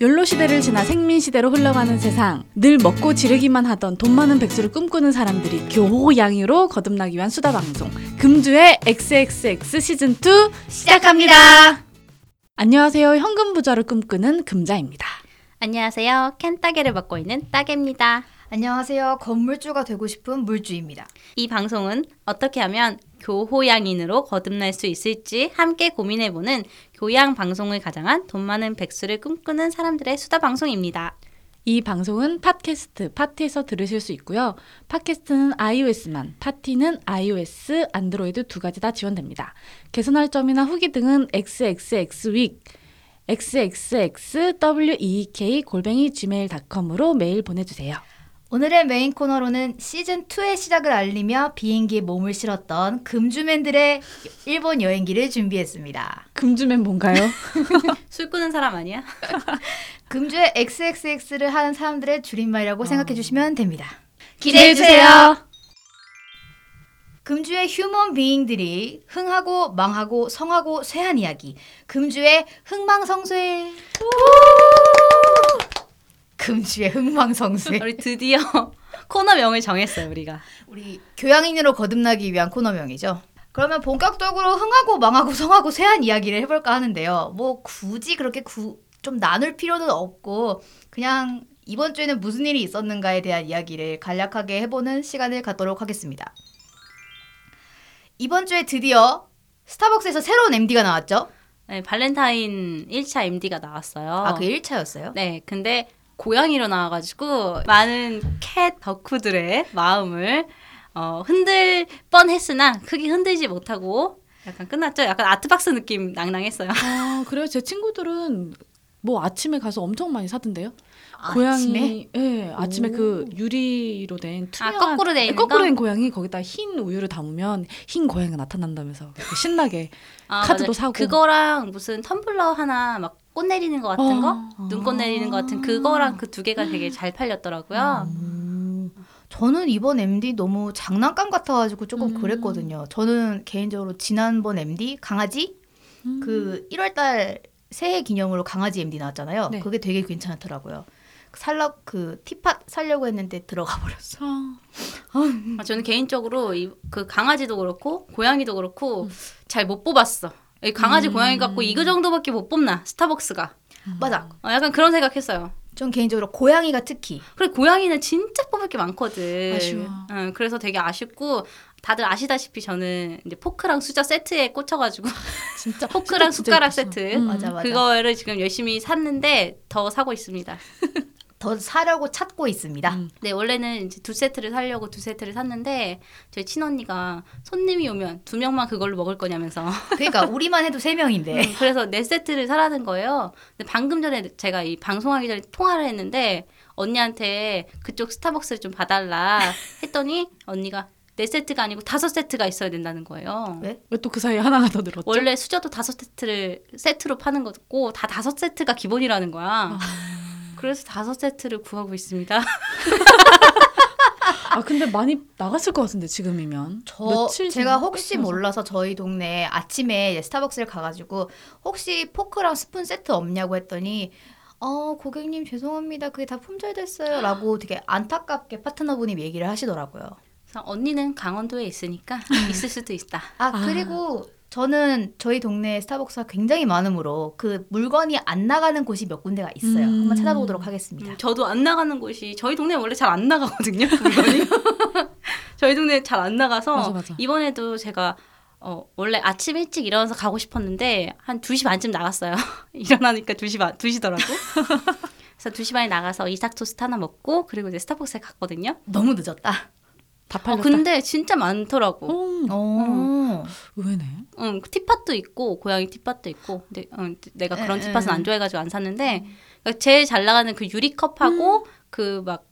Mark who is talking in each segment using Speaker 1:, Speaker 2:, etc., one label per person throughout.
Speaker 1: 연로 시대를 지나 생민 시대로 흘러가는 세상. 늘 먹고 지르기만 하던 돈 많은 백수를 꿈꾸는 사람들이 교호양유로 거듭나기 위한 수다 방송. 금주의 XXX 시즌 2
Speaker 2: 시작합니다.
Speaker 1: 안녕하세요. 현금 부자를 꿈꾸는 금자입니다.
Speaker 2: 안녕하세요. 캔 따개를 맡고 있는 따개입니다.
Speaker 3: 안녕하세요. 건물주가 되고 싶은 물주입니다.
Speaker 2: 이 방송은 어떻게 하면 교호양인으로 거듭날 수 있을지 함께 고민해보는 교양 방송을 가장한 돈 많은 백수를 꿈꾸는 사람들의 수다 방송입니다.
Speaker 1: 이 방송은 팟캐스트, 파티에서 들으실 수 있고요. 팟캐스트는 iOS만, 파티는 iOS, 안드로이드 두 가지 다 지원됩니다. 개선할 점이나 후기 등은 xxxweek, xxxweek 골뱅이 gmail.com으로 메일 보내주세요.
Speaker 3: 오늘의 메인 코너로는 시즌 2의 시작을 알리며 비행기에 몸을 실었던 금주맨들의 일본 여행기를 준비했습니다.
Speaker 1: 금주면 뭔가요?
Speaker 2: 술 끄는 사람 아니야?
Speaker 3: 금주의 XXX를 하는 사람들의 줄임말이라고 생각해 주시면 됩니다. 금주의 휴먼 비잉들이 흥하고 망하고 성하고 쇠한 이야기. 금주의 흥망성쇠. 금주의 흥망성쇠.
Speaker 2: 우리 드디어 코너명을 정했어요, 우리가.
Speaker 3: 우리 교양인으로 거듭나기 위한 코너명이죠. 그러면 본격적으로 흥하고 망하고 성하고 쇠한 이야기를 해볼까 하는데요. 뭐 굳이 그렇게 구, 좀 나눌 필요는 없고 그냥 이번 주에는 무슨 일이 있었는가에 대한 이야기를 간략하게 해보는 시간을 갖도록 하겠습니다. 이번 주에 드디어 스타벅스에서 새로운 MD가 나왔죠?
Speaker 2: 네, 발렌타인 1차 MD가 나왔어요.
Speaker 3: 아, 그 1차였어요?
Speaker 2: 네, 근데 고양이로 나와가지고 많은 캣 덕후들의 마음을 어, 흔들 뻔했으나 크게 흔들지 못하고 약간 끝났죠. 약간 아트박스 느낌 낭낭했어요.
Speaker 1: 아, 그래요? 제 친구들은 뭐 아침에 가서 엄청 많이 사던데요.
Speaker 3: 아,
Speaker 1: 고양이, 예, 아침에 그 유리로 된
Speaker 2: 아
Speaker 1: 투명한 네,
Speaker 2: 거꾸로 돼 있는 거.
Speaker 1: 거꾸로 된 고양이 거기다 흰 우유를 담으면 흰 고양이가 나타난다면서 되게 신나게
Speaker 2: 아,
Speaker 1: 카드도
Speaker 2: 맞아요.
Speaker 1: 사고.
Speaker 2: 그거랑 무슨 텀블러 하나 막 꽃 내리는 것 같은
Speaker 1: 어.
Speaker 2: 거, 눈꽃 내리는 것 같은 그거랑 그 두 개가 되게 잘
Speaker 1: 아.
Speaker 2: 팔렸더라고요.
Speaker 3: 음. 저는 이번 MD 너무 장난감 같아가지고 조금
Speaker 1: 음.
Speaker 3: 그랬거든요. 저는 개인적으로 지난번 MD 강아지
Speaker 1: 음.
Speaker 3: 그 1월달 새해 기념으로 강아지 MD 나왔잖아요.
Speaker 1: 네.
Speaker 3: 그게 되게 괜찮더라고요. 살라 그 티팟 살려고 했는데 들어가 버렸어.
Speaker 1: 아,
Speaker 2: 아, 저는 개인적으로 이, 그 강아지도 그렇고 고양이도 그렇고 잘 못 뽑았어. 이
Speaker 1: 음.
Speaker 2: 강아지 고양이 갖고 이거 정도밖에 못 뽑나 스타벅스가.
Speaker 3: 맞아.
Speaker 2: 어, 약간 그런 생각했어요.
Speaker 3: 전 개인적으로 고양이가 특히
Speaker 2: 그리고 고양이는 진짜 뽑을 게 많거든.
Speaker 1: 아쉬워.
Speaker 2: 응, 그래서 되게 아쉽고 다들 아시다시피 저는 이제 포크랑 수저 세트에 꽂혀가지고
Speaker 1: 진짜
Speaker 2: 포크랑
Speaker 1: 진짜
Speaker 2: 숟가락
Speaker 1: 예뻤어.
Speaker 2: 세트.
Speaker 1: 음.
Speaker 3: 맞아 맞아.
Speaker 2: 그거를 지금 열심히 샀는데 더 사고 있습니다.
Speaker 3: 더 사려고 찾고 있습니다.
Speaker 1: 음.
Speaker 2: 네 원래는 이제 두 세트를 사려고 두 세트를 샀는데 저희 친언니가 손님이 오면 두 명만 그걸로 먹을 거냐면서
Speaker 3: 그러니까 우리만 해도 세 명인데.
Speaker 2: 음, 그래서 네 세트를 사라는 거예요. 근데 방금 전에 제가 이 방송하기 전에 통화를 했는데 언니한테 그쪽 스타벅스를 좀 봐달라 했더니 언니가 네 세트가 아니고 다섯 세트가 있어야 된다는 거예요.
Speaker 3: 왜?
Speaker 1: 왜 또 그 사이에 하나가 더 늘었죠?
Speaker 2: 원래 수저도 다섯 세트를 세트로 파는 거고 다 다섯 세트가 기본이라는 거야. 그래서 다섯 세트를 구하고 있습니다.
Speaker 1: 아 근데 많이 나갔을 것 같은데 지금이면
Speaker 3: 저 제가
Speaker 1: 전에
Speaker 3: 혹시
Speaker 1: 뺏겨서.
Speaker 3: 몰라서 저희 동네에 아침에 이제 스타벅스를 가가지고 혹시 포크랑 스푼 세트 없냐고 했더니 어 고객님 죄송합니다 그게 다 품절됐어요라고 되게 안타깝게 파트너분이 얘기를 하시더라고요.
Speaker 2: 그래서 언니는 강원도에 있으니까 있을 수도 있다.
Speaker 3: 아 그리고 저는 저희 동네에 스타벅스가 굉장히 많으므로 그 물건이 안 나가는 곳이 몇 군데가 있어요.
Speaker 1: 음.
Speaker 3: 한번 찾아보도록 하겠습니다.
Speaker 2: 음, 저도 안 나가는 곳이 저희 동네 원래 잘 안 나가거든요. 물건이. 저희 동네 잘 안 나가서
Speaker 1: 맞아, 맞아.
Speaker 2: 이번에도 제가 어, 원래 아침 일찍 일어나서 가고 싶었는데 한 2시 반쯤 나갔어요. 일어나니까 2시 반 2시더라고. 그래서 2시 반에 나가서 이삭 토스트 하나 먹고 그리고 이제 스타벅스에 갔거든요.
Speaker 3: 너무 늦었다.
Speaker 1: 다
Speaker 2: 어,
Speaker 1: 팔렸다.
Speaker 2: 근데 진짜 많더라고.
Speaker 1: 음,
Speaker 3: 어.
Speaker 1: 의외네.
Speaker 2: 응, 그 티팟도 있고 고양이 티팟도 있고. 근데 응, 내가 그런
Speaker 1: 예,
Speaker 3: 에,
Speaker 2: 티팟은
Speaker 3: 에.
Speaker 2: 안 좋아해가지고 안 샀는데
Speaker 1: 음.
Speaker 2: 그러니까 제일 잘 나가는 그 유리컵하고 그막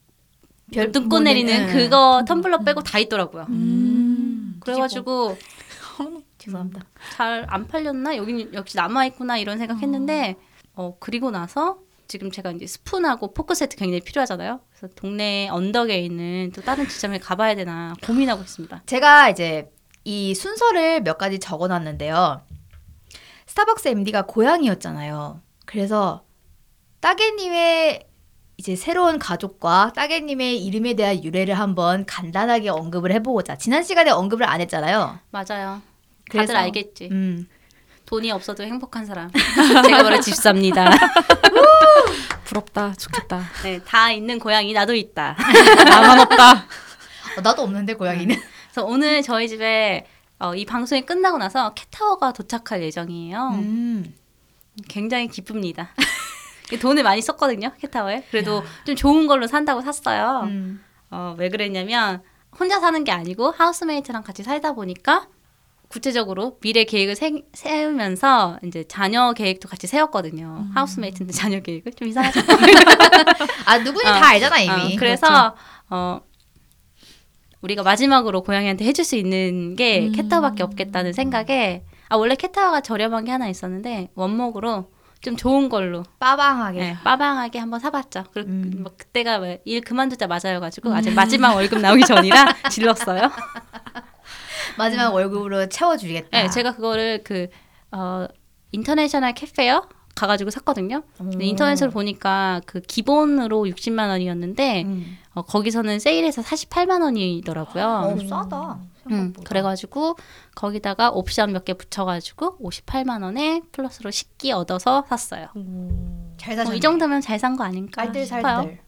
Speaker 3: 별-
Speaker 2: 눈꽃 내리는 음,
Speaker 3: 네.
Speaker 2: 그거 텀블러 빼고 다 있더라고요.
Speaker 1: 음. 뭐, 어,
Speaker 2: 그래가지고
Speaker 3: 네. 죄송합니다.
Speaker 2: 잘 안 팔렸나 여기 역시 남아 있구나 이런 생각했는데 어 그리고 나서 지금 제가 이제 스푼하고 포크 세트 굉장히 필요하잖아요. 그래서 동네 언덕에 있는 또 다른 지점에 가봐야 되나 고민하고 있습니다.
Speaker 3: 제가 이제 이 순서를 몇 가지 적어놨는데요. 스타벅스 MD가 고양이였잖아요. 그래서 따개님의 이제 새로운 가족과 따개님의 이름에 대한 유래를 한번 간단하게 언급을 해보고자. 지난 시간에 언급을 안 했잖아요.
Speaker 2: 맞아요.
Speaker 3: 그래서-
Speaker 2: 다들 알겠지.
Speaker 3: 음.
Speaker 2: 돈이 없어도 행복한 사람. 제가 바로 집사입니다.
Speaker 1: 부럽다. 좋겠다.
Speaker 2: 네, 다 있는 고양이 나도 있다.
Speaker 1: 나만 없다.
Speaker 3: 어, 나도 없는데 고양이는.
Speaker 2: 그래서 오늘 저희 집에 어, 이 방송이 끝나고 나서 캣타워가 도착할 예정이에요.
Speaker 3: 음.
Speaker 2: 굉장히 기쁩니다. 돈을 많이 썼거든요, 캣타워에. 그래도 좀 좋은 걸로 산다고 샀어요.
Speaker 3: 음.
Speaker 2: 어, 왜 그랬냐면 혼자 사는 게 아니고 하우스메이트랑 같이 살다 보니까 구체적으로 미래 계획을 세, 세우면서 이제 자녀 계획도 같이 세웠거든요. 하우스메이트인데 자녀 계획을 좀 이상하죠.
Speaker 3: 아 누군지
Speaker 2: 어.
Speaker 3: 다 알잖아 이미.
Speaker 2: 어,
Speaker 3: 그렇죠.
Speaker 2: 그래서 어, 우리가 마지막으로 고양이한테 해줄 수 있는 게
Speaker 1: 음.
Speaker 2: 캣타워밖에 없겠다는 생각에 아 원래 캣타워가 저렴한 게 하나 있었는데 원목으로 좀 좋은 걸로
Speaker 3: 빠방하게.
Speaker 2: 네, 빠방하게 한번 사봤죠. 그리고
Speaker 3: 음.
Speaker 2: 막 그때가 뭐일 그만두자 맞아요가지고 아직 마지막 월급 나오기 전이라 질렀어요.
Speaker 3: 아. 마지막 월급으로 채워주겠다.
Speaker 2: 음. 네, 제가 그거를 그 어, 인터내셔널 캐페요 가가지고 샀거든요.
Speaker 3: 음.
Speaker 2: 근데 인터넷으로 보니까 그 기본으로 60만 원이었는데
Speaker 3: 음.
Speaker 2: 어, 거기서는 세일해서 48만
Speaker 3: 어,
Speaker 2: 원이더라고요.
Speaker 3: 싸다.
Speaker 2: 음,
Speaker 3: 생각보다.
Speaker 2: 그래가지고 거기다가 옵션 몇 개 붙여가지고 58만 원에 플러스로 식기 얻어서 샀어요.
Speaker 3: 잘
Speaker 2: 뭐
Speaker 3: 사셨네.
Speaker 2: 이 정도면 잘 산 거 아닌가 싶어요.
Speaker 3: 알뜰살뜰.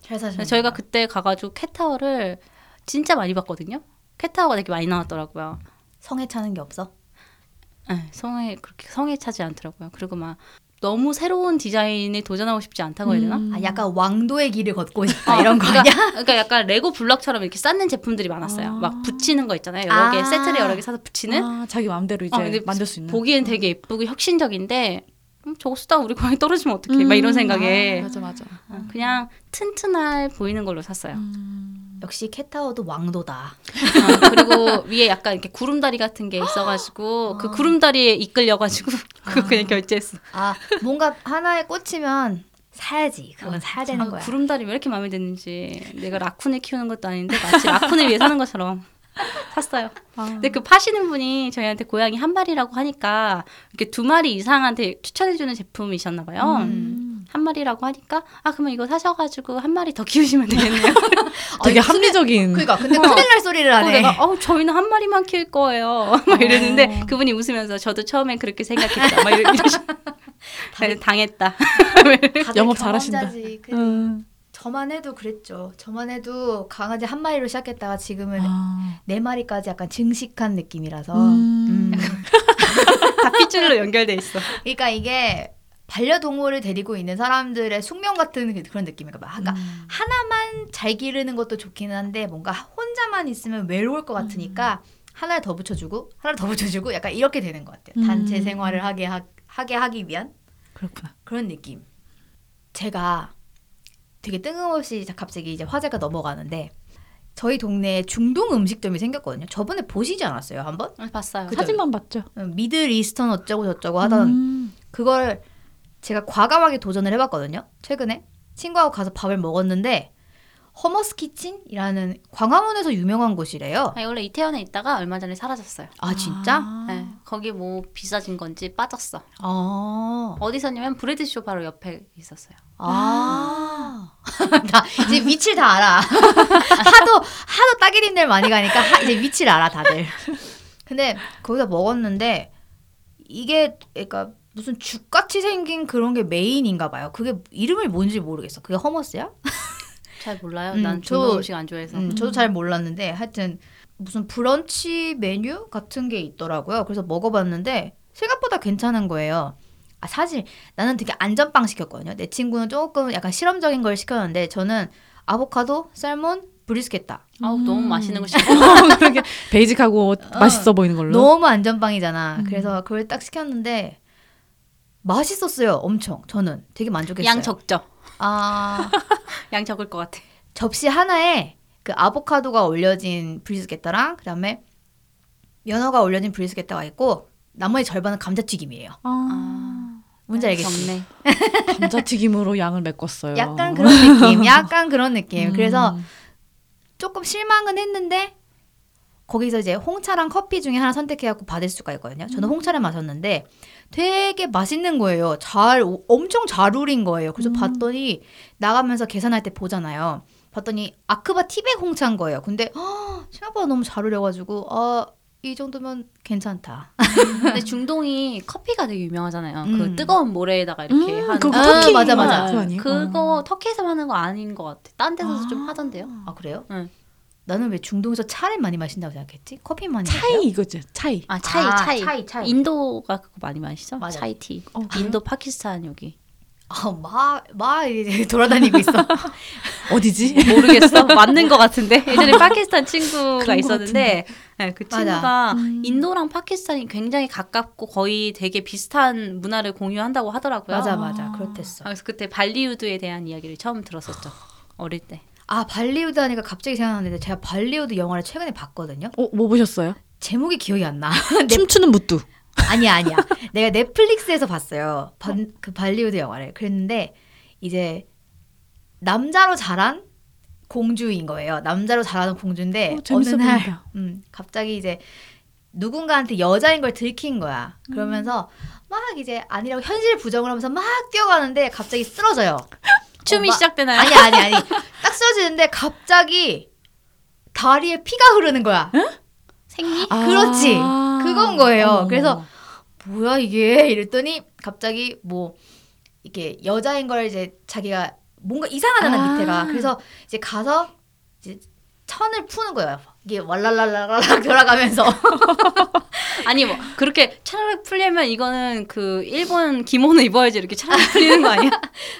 Speaker 3: 잘
Speaker 1: 음.
Speaker 3: 사셨네.
Speaker 2: 저희가 그때 가가지고 캣타워를 진짜 많이 봤거든요. 캣타워가 되게 많이 나왔더라고요.
Speaker 3: 성에 차는 게 없어.
Speaker 2: 네, 성에 그렇게 성에 차지 않더라고요. 그리고 막 너무 새로운 디자인에 도전하고 싶지 않다고 해야
Speaker 1: 음.
Speaker 2: 되나?
Speaker 3: 아 약간 왕도의 길을 걷고 싶다
Speaker 2: 어,
Speaker 3: 이런 거
Speaker 2: 그러니까,
Speaker 3: 아니야?
Speaker 2: 그러니까 약간 레고 블럭처럼 이렇게 쌓는 제품들이 많았어요.
Speaker 1: 아.
Speaker 2: 막 붙이는 거 있잖아요. 여러
Speaker 3: 아.
Speaker 2: 개 세트를 여러 개 사서 붙이는.
Speaker 1: 아, 자기 마음대로 이제
Speaker 2: 어, 근데
Speaker 1: 만들 수 있는.
Speaker 2: 보기엔 되게 예쁘고 혁신적인데 음, 저거 쓰다 우리 고양이 떨어지면 어떡해? 막 이런
Speaker 1: 아,
Speaker 2: 생각에
Speaker 1: 맞아 맞아.
Speaker 2: 어, 그냥 튼튼할 보이는 걸로 샀어요.
Speaker 1: 음.
Speaker 3: 역시 캣타워도 왕도다.
Speaker 2: 어, 그리고 위에 약간 이렇게 구름다리 같은 게 있어가지고 그 구름다리에 이끌려가지고 그거 그냥 결제했어.
Speaker 3: 아 뭔가 하나에 꽂히면 사야지. 어, 그건 사야 되는
Speaker 2: 아,
Speaker 3: 거야.
Speaker 2: 구름다리 왜 이렇게 마음에 드는지 내가 라쿤을 키우는 것도 아닌데 마치 라쿤을 위해 사는 것처럼 샀어요.
Speaker 3: 아.
Speaker 2: 근데 그 파시는 분이 저희한테 고양이 한 마리라고 하니까 이렇게 두 마리 이상한테 추천해주는 제품이셨나 봐요.
Speaker 1: 음.
Speaker 2: 한 마리라고 하니까 아 그러면 이거 사셔가지고 한 마리 더 키우시면 되겠네요.
Speaker 1: 되게
Speaker 3: 아니,
Speaker 1: 합리적인.
Speaker 3: 그러니까 근데 큰일 날 소리를
Speaker 2: 그리고
Speaker 3: 하네.
Speaker 2: 내가 어 저희는 한 마리만 키울 거예요. 막 이랬는데 그분이 웃으면서 저도 처음엔 그렇게 생각했다. 막 이러- 이러시. 네, 당했다.
Speaker 3: 다들
Speaker 1: 영업 잘하신다.
Speaker 3: 경험자지. 그-
Speaker 1: 음.
Speaker 3: 저만 해도 그랬죠. 저만 해도 강아지 한 마리로 시작했다가 지금은
Speaker 1: 아.
Speaker 3: 네 마리까지 약간 증식한 느낌이라서.
Speaker 1: 음.
Speaker 3: 음.
Speaker 2: 다 핏줄로 연결돼 있어.
Speaker 3: 그러니까 이게 반려동물을 데리고 있는 사람들의 숙명 같은 그런 느낌인가 봐. 그러니까
Speaker 1: 음.
Speaker 3: 하나만 잘 기르는 것도 좋기는 한데 뭔가 혼자만 있으면 외로울 것 같으니까 하나를 더 붙여주고 하나를 더 붙여주고 약간 이렇게 되는 것 같아요.
Speaker 1: 음.
Speaker 3: 단체 생활을 하게 하, 하게 하기 위한
Speaker 1: 그렇구나.
Speaker 3: 그런 느낌. 제가 되게 뜬금없이 갑자기 이제 화제가 넘어가는데 저희 동네에 중동 음식점이 생겼거든요. 저번에 보시지 않았어요, 한번?
Speaker 2: 아, 봤어요.
Speaker 3: 그죠?
Speaker 1: 사진만 봤죠.
Speaker 3: 미들 이스턴 어쩌고 저쩌고 하던
Speaker 1: 음.
Speaker 3: 그걸 제가 과감하게 도전을 해봤거든요. 최근에 친구하고 가서 밥을 먹었는데 허머스 키친이라는 광화문에서 유명한 곳이래요.
Speaker 2: 아니, 원래 이태원에 있다가 얼마 전에 사라졌어요.
Speaker 3: 아 진짜?
Speaker 1: 아.
Speaker 2: 네, 거기 뭐 비싸진 건지 빠졌어.
Speaker 3: 아,
Speaker 2: 어디서냐면 브레드쇼 바로 옆에 있었어요.
Speaker 3: 아. 나 이제 위치를 다 알아. 하도 하도 따기님들 많이 가니까 하- 이제 위치를 알아 다들. 근데 거기서 먹었는데 이게 그러니까 무슨 죽 같이 생긴 그런 게 메인인가 봐요. 그게 이름이 뭔지 모르겠어. 그게 허머스야?
Speaker 2: 잘 몰라요.
Speaker 3: 음,
Speaker 2: 난
Speaker 3: 저-
Speaker 2: 중동 음식 안 좋아해서.
Speaker 3: 음, 저도 잘 몰랐는데 하여튼 무슨 브런치 메뉴 같은 게 있더라고요. 그래서 먹어봤는데 생각보다 괜찮은 거예요. 아 사실 나는 되게 안전빵 시켰거든요. 내 친구는 조금 약간 실험적인 걸 시켰는데 저는 아보카도, 살몬, 브리스켓다.
Speaker 2: 아우
Speaker 1: 음.
Speaker 2: 너무 맛있는 거 싫어.
Speaker 1: 어, 그러게 베이직하고 맛있어 보이는 걸로.
Speaker 3: 너무 안전빵이잖아.
Speaker 1: 음.
Speaker 3: 그래서 그걸 딱 시켰는데 맛있었어요. 엄청 저는 되게 만족했어요.
Speaker 2: 양 적죠.
Speaker 3: 아
Speaker 2: 양 적을 것 같아.
Speaker 3: 접시 하나에 그 아보카도가 올려진 브리스켓다랑 그다음에 연어가 올려진 브리스켓다가 있고 나머지 절반은 감자튀김이에요.
Speaker 1: 아.
Speaker 3: 뭔지 알겠지?
Speaker 2: 적네.
Speaker 1: 감자튀김으로 양을 메꿨어요.
Speaker 3: 약간 그런 느낌, 약간 그런 느낌.
Speaker 1: 음.
Speaker 3: 그래서 조금 실망은 했는데 거기서 이제 홍차랑 커피 중에 하나 선택해갖고 받을 수가 있거든요. 저는 홍차를 마셨는데 되게 맛있는 거예요. 잘 오- 엄청 잘 우린 거예요. 그래서
Speaker 1: 음.
Speaker 3: 봤더니 나가면서 계산할 때 보잖아요. 봤더니 아크바 티백 홍차인 거예요. 근데 허, 생각보다 너무 잘 우려가지고 아, 이 정도면 괜찮다.
Speaker 2: 근데 중동이 커피가 되게 유명하잖아요.
Speaker 3: 음.
Speaker 2: 그 뜨거운 모래에다가 이렇게
Speaker 1: 음,
Speaker 2: 하는
Speaker 1: 그거
Speaker 3: 아,
Speaker 1: 터키 맞아
Speaker 3: 맞아, 맞아.
Speaker 1: 그거 아니에요?
Speaker 2: 뭐 그거 터키에서 하는 거 아닌 것 같아. 딴 데서도 좀
Speaker 1: 아.
Speaker 2: 하던데요.
Speaker 3: 아 그래요?
Speaker 2: 응.
Speaker 3: 나는 왜 중동에서 차를 많이 마신다고 생각했지? 커피 많이 마셔요?
Speaker 1: 음, 차이 이거죠 차이
Speaker 2: 아 차이
Speaker 3: 아,
Speaker 2: 차이.
Speaker 3: 차이 차이
Speaker 2: 인도가 그거 많이 마시죠?
Speaker 3: 맞아요.
Speaker 2: 차이티.
Speaker 1: 어,
Speaker 2: 인도 파키스탄 여기
Speaker 3: 아, 아마마 이제 돌아다니고 있어.
Speaker 1: 어디지?
Speaker 3: 네.
Speaker 2: 모르겠어 맞는 것 같은데 예전에 파키스탄 친구가
Speaker 1: 그런 것
Speaker 2: 있었는데 네, 그
Speaker 3: 맞아.
Speaker 2: 친구가
Speaker 1: 음.
Speaker 2: 인도랑 파키스탄이 굉장히 가깝고 거의 되게 비슷한 문화를 공유한다고 하더라고요
Speaker 3: 맞아 맞아 그렇댔어.
Speaker 2: 아, 그래서 그때 발리우드에 대한 이야기를 처음 들었었죠 어릴 때
Speaker 3: 아 발리우드 하니까 갑자기 생각났는데 제가 발리우드 영화를 최근에 봤거든요.
Speaker 1: 어, 뭐 보셨어요?
Speaker 3: 제목이 기억이 안 나.
Speaker 1: 춤추는 무뚜.
Speaker 3: 아니야 아니야. 내가 넷플릭스에서 봤어요. 반- 그 발리우드 영화를. 그랬는데 이제 남자로 자란 공주인 거예요. 남자로 자라는
Speaker 1: 어,
Speaker 3: 공주인데 어, 느
Speaker 1: 재밌어
Speaker 3: 날
Speaker 1: 보인다.
Speaker 3: 음, 갑자기 이제 누군가한테 여자인 걸 들킨 거야. 그러면서
Speaker 1: 음.
Speaker 3: 막 이제 아니라고 현실 부정을 하면서 막 뛰어가는데 갑자기 쓰러져요.
Speaker 2: 춤이
Speaker 3: 마-
Speaker 2: 시작되나요?
Speaker 3: 아니 아니 아니. 딱 쓰러지는데 갑자기 다리에 피가 흐르는 거야.
Speaker 2: 생리?
Speaker 3: 그렇지. 그건 거예요.
Speaker 1: 어머,
Speaker 3: 그래서 뭐야 이게 이랬더니 갑자기 뭐 이게 여자인 걸 이제 자기가 뭔가 이상하잖아
Speaker 1: 아.
Speaker 3: 밑에가 그래서 이제 가서 이제 천을 푸는 거예요 이게 왈랄랄랄랄 돌아가면서
Speaker 2: 아니 뭐 그렇게 차라리 풀리면 이거는 그 일본 기모는 입어야지 이렇게 차라리 풀리는 거 아니야?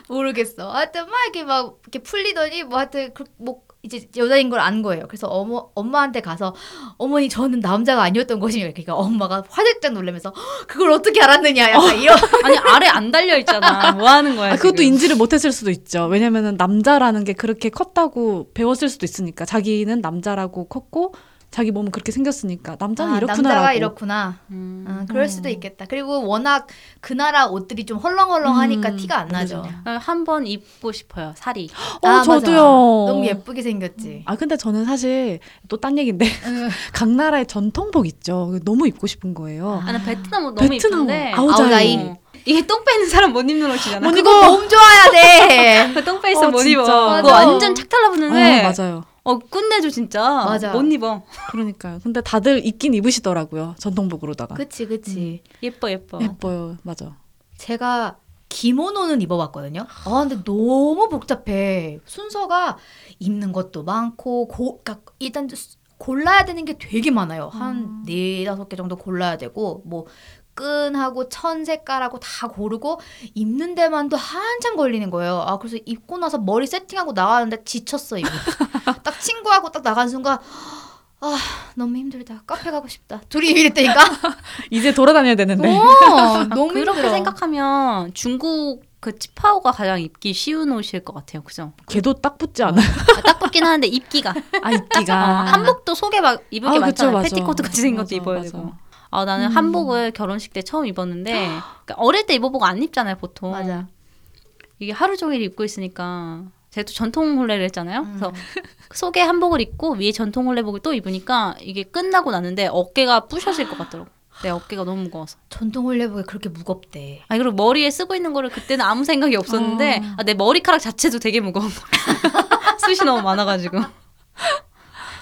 Speaker 3: 모르겠어 하여튼 막 이렇게 막 이렇게 풀리더니 뭐 하여튼 그, 뭐 이제 여자인 걸 안 거예요 그래서 어머 엄마한테 가서 어머니 저는 남자가 아니었던 것이에요 그러니까 엄마가 화들짝 놀라면서 "헉, 그걸 어떻게 알았느냐 약간 이런
Speaker 2: 아니 아래 안 달려 있잖아. 뭐 하는 거야?
Speaker 3: 네,
Speaker 1: 아, 그것도
Speaker 2: 지금?
Speaker 1: 인지를 못했을 수도 있죠. 왜냐면은 남자라는 게 그렇게 컸다고 배웠을 수도 있으니까 자기는 남자라고 컸고 자기 몸은 그렇게 생겼으니까 남자는
Speaker 3: 아,
Speaker 1: 이렇구나라고.
Speaker 3: 남자가 이렇구나
Speaker 2: 음.
Speaker 3: 아, 그럴
Speaker 1: 음.
Speaker 3: 수도 있겠다. 그리고 워낙 그 나라 옷들이 좀 헐렁헐렁하니까
Speaker 1: 음,
Speaker 3: 티가 안 나죠.
Speaker 1: 모르죠.
Speaker 2: 어, 한번 입고 싶어요. 살이.
Speaker 1: 어,
Speaker 3: 아, 맞아.
Speaker 1: 저도요.
Speaker 3: 너무 예쁘게 생겼지.
Speaker 1: 아 근데 저는 사실 또 딴 얘기인데 각 나라의 전통복 있죠. 너무 입고 싶은 거예요.
Speaker 2: 아, 나 베트남 옷 너무
Speaker 1: 베트남
Speaker 2: 이쁜데.
Speaker 1: 옷, 아우자이. 어,
Speaker 2: 어. 이게 똥 빼는 사람 못 입는 옷이잖아.
Speaker 1: 못
Speaker 3: 그거 몸 좋아야 돼.
Speaker 2: 그똥 빼있어
Speaker 1: 어,
Speaker 2: 못
Speaker 1: 진짜.
Speaker 2: 입어. 그거
Speaker 3: 맞아.
Speaker 2: 완전 착달라붙는데.
Speaker 1: 아, 맞아요.
Speaker 2: 어 끝내줘 진짜.
Speaker 3: 맞아.
Speaker 2: 못 입어.
Speaker 1: 그러니까요. 근데 다들 입긴 입으시더라고요. 전통복으로다가.
Speaker 3: 그치 그치.
Speaker 2: 예뻐 예뻐.
Speaker 1: 예뻐요. 맞아.
Speaker 3: 제가 기모노는 입어봤거든요. 아 근데 너무 복잡해. 순서가 입는 것도 많고 고, 그러니까 일단 수- 골라야 되는 게 되게 많아요.
Speaker 2: 음.
Speaker 3: 한 네 다섯 개 정도 골라야 되고 뭐 끈하고 천 색깔하고 다 고르고 입는 데만도 한참 걸리는 거예요. 아 그래서 입고 나서 머리 세팅하고 나가는데 지쳤어 이미. 딱 친구하고 딱 나간 순간 아 너무 힘들다. 카페 가고 싶다. 둘이 이랬다니까.
Speaker 1: 이제 돌아다녀야 되는데.
Speaker 3: 어, 너무
Speaker 2: 그렇게
Speaker 3: 힘들어.
Speaker 2: 생각하면 중국 그 치파오가 가장 입기 쉬운 옷일 것 같아요. 그죠?
Speaker 1: 걔도 딱 붙지 않아요.
Speaker 2: 아, 딱 붙긴 하는데 입기가.
Speaker 1: 아 입기가.
Speaker 2: 어, 한복도 속에 막 입을 게
Speaker 1: 아, 그쵸,
Speaker 2: 많잖아요.
Speaker 1: 맞아.
Speaker 2: 패티코트 같이 생긴 것도
Speaker 1: 맞아,
Speaker 2: 입어야
Speaker 1: 맞아.
Speaker 2: 되고. 아 나는
Speaker 1: 음.
Speaker 2: 한복을 결혼식 때 처음 입었는데 그러니까 어릴 때 입어보고 안 입잖아요 보통.
Speaker 3: 맞아.
Speaker 2: 이게 하루 종일 입고 있으니까 제가 또 전통 혼례를 했잖아요. 그래서
Speaker 3: 음.
Speaker 2: 속에 한복을 입고 위에 전통 혼례복을 또 입으니까 이게 끝나고 나는데 어깨가 부셔질 것 같더라고. 내 어깨가 너무 무거워서.
Speaker 3: 전통 홀레복이 그렇게 무겁대.
Speaker 2: 아 그리고 머리에 쓰고 있는 거를 그때는 아무 생각이 없었는데
Speaker 1: 어.
Speaker 2: 아, 내 머리카락 자체도 되게 무거운 거야. 숱이 너무 많아가지고.